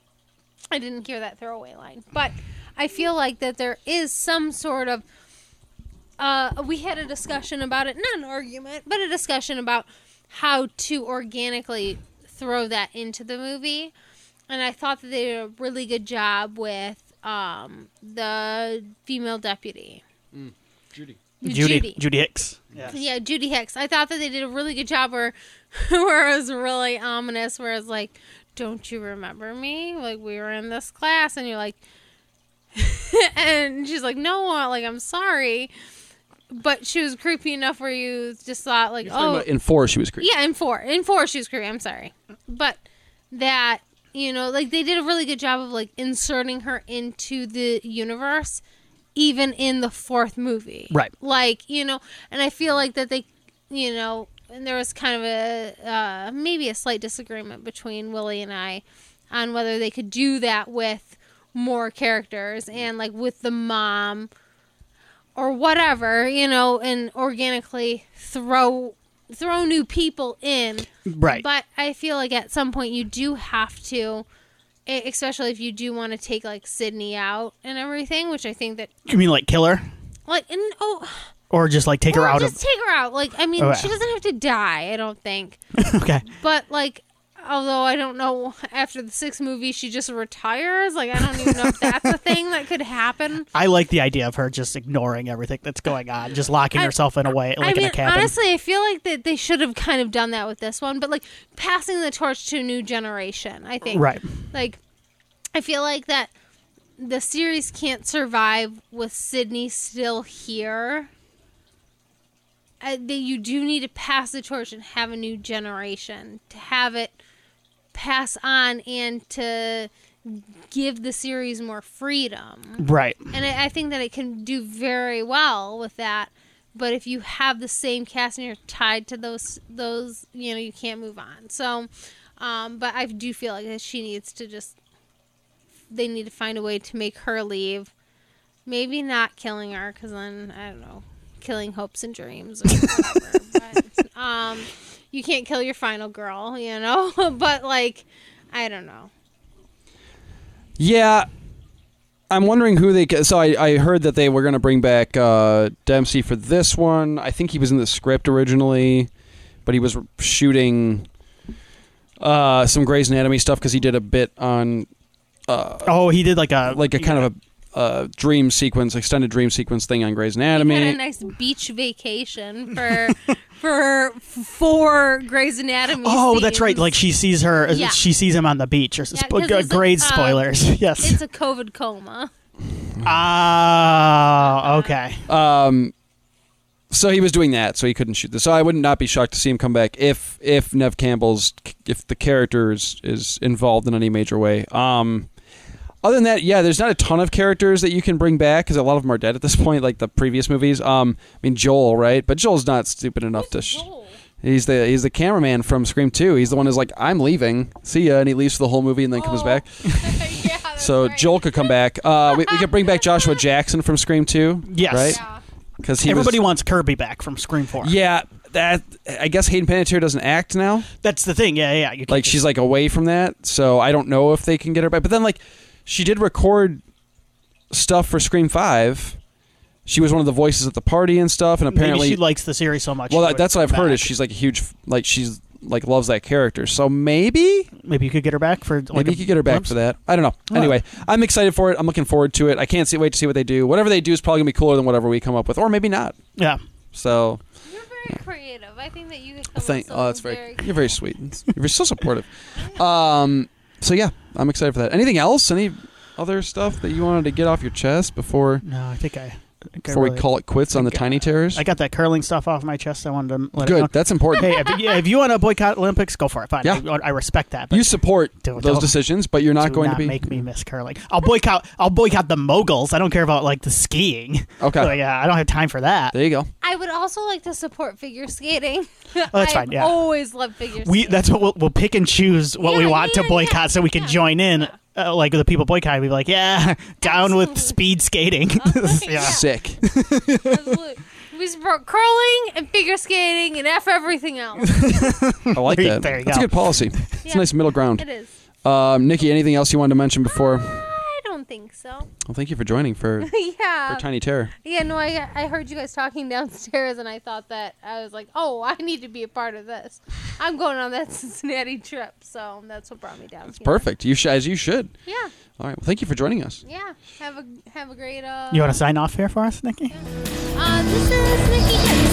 [SPEAKER 3] I didn't hear that throwaway line, but I feel like that there is some sort of. Uh, we had a discussion about it, not an argument, but a discussion about how to organically throw that into the movie and I thought that they did a really good job with um, the female deputy,
[SPEAKER 1] Judy.
[SPEAKER 2] Judy, Judy Hicks. Yeah.
[SPEAKER 3] Yeah, Judy Hicks. I thought that they did a really good job where, where it was really ominous. Where it's like, "Don't you remember me? Like we were in this class," and you're like, and she's like, "No, uh, like I'm sorry," but she was creepy enough where you just thought like, "Oh,
[SPEAKER 1] in four, she was creepy.
[SPEAKER 3] yeah, in four. In four, she was creepy. I'm sorry. But that, you know, like they did a really good job of like inserting her into the universe, even in the fourth movie.
[SPEAKER 2] Right.
[SPEAKER 3] Like, you know, and I feel like that they, you know, and there was kind of a, uh, maybe a slight disagreement between Willie and I on whether they could do that with more characters and like with the mom or whatever, you know, and organically throw throw new people in.
[SPEAKER 2] Right.
[SPEAKER 3] But I feel like at some point you do have to e- especially if you do want to take like Sydney out and everything, which I think that
[SPEAKER 2] you mean like kill her,
[SPEAKER 3] like and oh
[SPEAKER 2] or just like take her
[SPEAKER 3] or
[SPEAKER 2] out
[SPEAKER 3] just
[SPEAKER 2] of?
[SPEAKER 3] take her out. Like I mean,
[SPEAKER 2] Oh, yeah.
[SPEAKER 3] she doesn't have to die, I don't think.
[SPEAKER 2] okay.
[SPEAKER 3] But like although I don't know after the sixth movie she just retires, like I don't even know if that's a thing that could happen.
[SPEAKER 2] I like the idea of her just ignoring everything that's going on, just locking
[SPEAKER 3] I-
[SPEAKER 2] herself in a way, like
[SPEAKER 3] I mean,
[SPEAKER 2] in a cabin.
[SPEAKER 3] honestly, I feel like that they should have kind of done that with this one, but like passing the torch to a new generation. I think,
[SPEAKER 2] right.
[SPEAKER 3] Like, I feel like that the series can't survive with Sydney still here. I, that you do need to pass the torch and have a new generation to have it pass on and to give the series more freedom
[SPEAKER 2] Right.
[SPEAKER 3] and I, I think that it can do very well with that. But if you have the same cast and you're tied to those those, you know, you can't move on. So, um, but I do feel like that she needs to just they need to find a way to make her leave. Maybe not killing her, because then I don't know, killing hopes and dreams or whatever. but, um, you can't kill your final girl, you know. but like, I don't know.
[SPEAKER 1] Yeah. I'm wondering who they. ca- So I, I heard that they were going to bring back uh, Dempsey for this one. I think he was in the script originally, but he was shooting uh, some Grey's Anatomy stuff because he did a bit on
[SPEAKER 2] Oh, he did like a
[SPEAKER 1] like a kind of a uh, dream sequence, extended dream sequence thing on Grey's Anatomy.
[SPEAKER 3] had a nice beach vacation for for four Grey's Anatomy.
[SPEAKER 2] Oh, that's right.
[SPEAKER 3] scenes.
[SPEAKER 2] Like she sees her, uh,
[SPEAKER 3] Yeah.
[SPEAKER 2] she sees him on the beach. Or
[SPEAKER 3] Yeah,
[SPEAKER 2] sp-
[SPEAKER 3] 'cause it's a-
[SPEAKER 2] grade
[SPEAKER 3] uh,
[SPEAKER 2] spoilers. yes.
[SPEAKER 3] it's a COVID coma.
[SPEAKER 2] Oh, okay.
[SPEAKER 1] Uh, Um, so he was doing that, so he couldn't shoot this. So I would not be shocked to see him come back if if Nev Campbell's if the character is, is involved in any major way. Um, other than that, yeah, there's not a ton of characters that you can bring back because a lot of them are dead at this point, like the previous movies. Um, I mean Joel, right? But Joel's not stupid enough to. Sh- he's the he's the cameraman from Scream Two. He's the one who's like, I'm leaving, see ya, and he leaves for the whole movie and then comes back.
[SPEAKER 3] yeah, Oh. that's
[SPEAKER 1] So
[SPEAKER 3] right.
[SPEAKER 1] Joel could come back. Uh, we, we could bring back Joshua Jackson from Scream Two.
[SPEAKER 2] Yes.
[SPEAKER 1] right?
[SPEAKER 3] Yeah.
[SPEAKER 1] Because he was-
[SPEAKER 2] Everybody wants Kirby back from Scream Four.
[SPEAKER 1] yeah, that I guess Hayden Panettiere doesn't act now.
[SPEAKER 2] that's the thing. Yeah, yeah. yeah. You can't
[SPEAKER 1] Like
[SPEAKER 2] just-
[SPEAKER 1] she's like away from that, so I don't know if they can get her back. But then like she did record stuff for Scream Five. She was one of the voices at the party and stuff, and apparently,
[SPEAKER 2] maybe she likes the series so much.
[SPEAKER 1] well,
[SPEAKER 2] she
[SPEAKER 1] that,
[SPEAKER 2] would
[SPEAKER 1] that's what I've
[SPEAKER 2] come
[SPEAKER 1] heard is
[SPEAKER 2] back.
[SPEAKER 1] she's like a huge like she's like loves that character. So maybe
[SPEAKER 2] maybe you could get her back for like
[SPEAKER 1] maybe
[SPEAKER 2] a
[SPEAKER 1] you could get her back
[SPEAKER 2] glimpse?
[SPEAKER 1] for that. I don't know.
[SPEAKER 2] Well-
[SPEAKER 1] Anyway, I'm excited for it. I'm looking forward to it. I can't see, wait to see what they do. Whatever they do is probably gonna be cooler than whatever we come up with, or maybe not.
[SPEAKER 2] Yeah.
[SPEAKER 1] So
[SPEAKER 3] You're very creative. I think that you could come
[SPEAKER 1] Well, thank.
[SPEAKER 3] up with
[SPEAKER 1] Oh, that's
[SPEAKER 3] something
[SPEAKER 1] very. You're very sweet. You're so supportive. Um. So yeah, I'm excited for that. Anything else? Any other stuff that you wanted to get off your chest before
[SPEAKER 2] No, I think I. think I
[SPEAKER 1] before we
[SPEAKER 2] really-
[SPEAKER 1] call it quits on the tiny terrors.
[SPEAKER 2] I got that curling stuff off my chest. I wanted to let it
[SPEAKER 1] Good,
[SPEAKER 2] know.
[SPEAKER 1] that's important.
[SPEAKER 2] hey, if, yeah, if you want to boycott Olympics, go for it. Fine.
[SPEAKER 1] Yeah.
[SPEAKER 2] I, I respect that. But
[SPEAKER 1] you support
[SPEAKER 2] Don't-
[SPEAKER 1] those
[SPEAKER 2] don't-
[SPEAKER 1] decisions, but you're not
[SPEAKER 2] do
[SPEAKER 1] going
[SPEAKER 2] not
[SPEAKER 1] to be
[SPEAKER 2] make me miss curling. I'll boycott. I'll boycott the moguls. I don't care about like the skiing.
[SPEAKER 1] Okay.
[SPEAKER 2] Like, yeah, I don't have time for that.
[SPEAKER 1] There you go.
[SPEAKER 3] I would also like to support figure skating.
[SPEAKER 2] Oh, that's
[SPEAKER 3] I've
[SPEAKER 2] fine, yeah.
[SPEAKER 3] always loved figure
[SPEAKER 2] We
[SPEAKER 3] skating.
[SPEAKER 2] that's what we'll, we'll pick and choose what we
[SPEAKER 3] Yeah,
[SPEAKER 2] want
[SPEAKER 3] yeah,
[SPEAKER 2] to boycott,
[SPEAKER 3] yeah,
[SPEAKER 2] so we can
[SPEAKER 3] yeah,
[SPEAKER 2] join in. Uh, like the people boycotting, we be like, yeah, down with
[SPEAKER 3] Absolutely.
[SPEAKER 2] speed skating. yeah.
[SPEAKER 3] Yeah.
[SPEAKER 1] Sick.
[SPEAKER 3] Absolutely. We support curling and figure skating and F everything else.
[SPEAKER 1] I like
[SPEAKER 2] There you-
[SPEAKER 1] that.
[SPEAKER 2] there you
[SPEAKER 1] That's
[SPEAKER 2] go.
[SPEAKER 1] a good policy. It's
[SPEAKER 3] Yeah.
[SPEAKER 1] a nice middle
[SPEAKER 3] It
[SPEAKER 1] ground.
[SPEAKER 3] is.
[SPEAKER 1] Um, Nikki, anything else you wanted to mention before? Well,
[SPEAKER 3] I don't think so.
[SPEAKER 1] thank you for joining for,
[SPEAKER 3] yeah.
[SPEAKER 1] for Tiny Terror.
[SPEAKER 3] Yeah, no, I, I heard you guys talking downstairs, and I thought that I was like, oh, I need to be a part of this. I'm going on that Cincinnati trip, so that's what brought me down. It's
[SPEAKER 1] Perfect. You sh- as you should.
[SPEAKER 3] Yeah,
[SPEAKER 1] All right. Well, thank you for joining us.
[SPEAKER 3] yeah. Have a have a great. Uh,
[SPEAKER 2] You want to sign off here for us, Nikki?
[SPEAKER 3] uh, this is Nikki.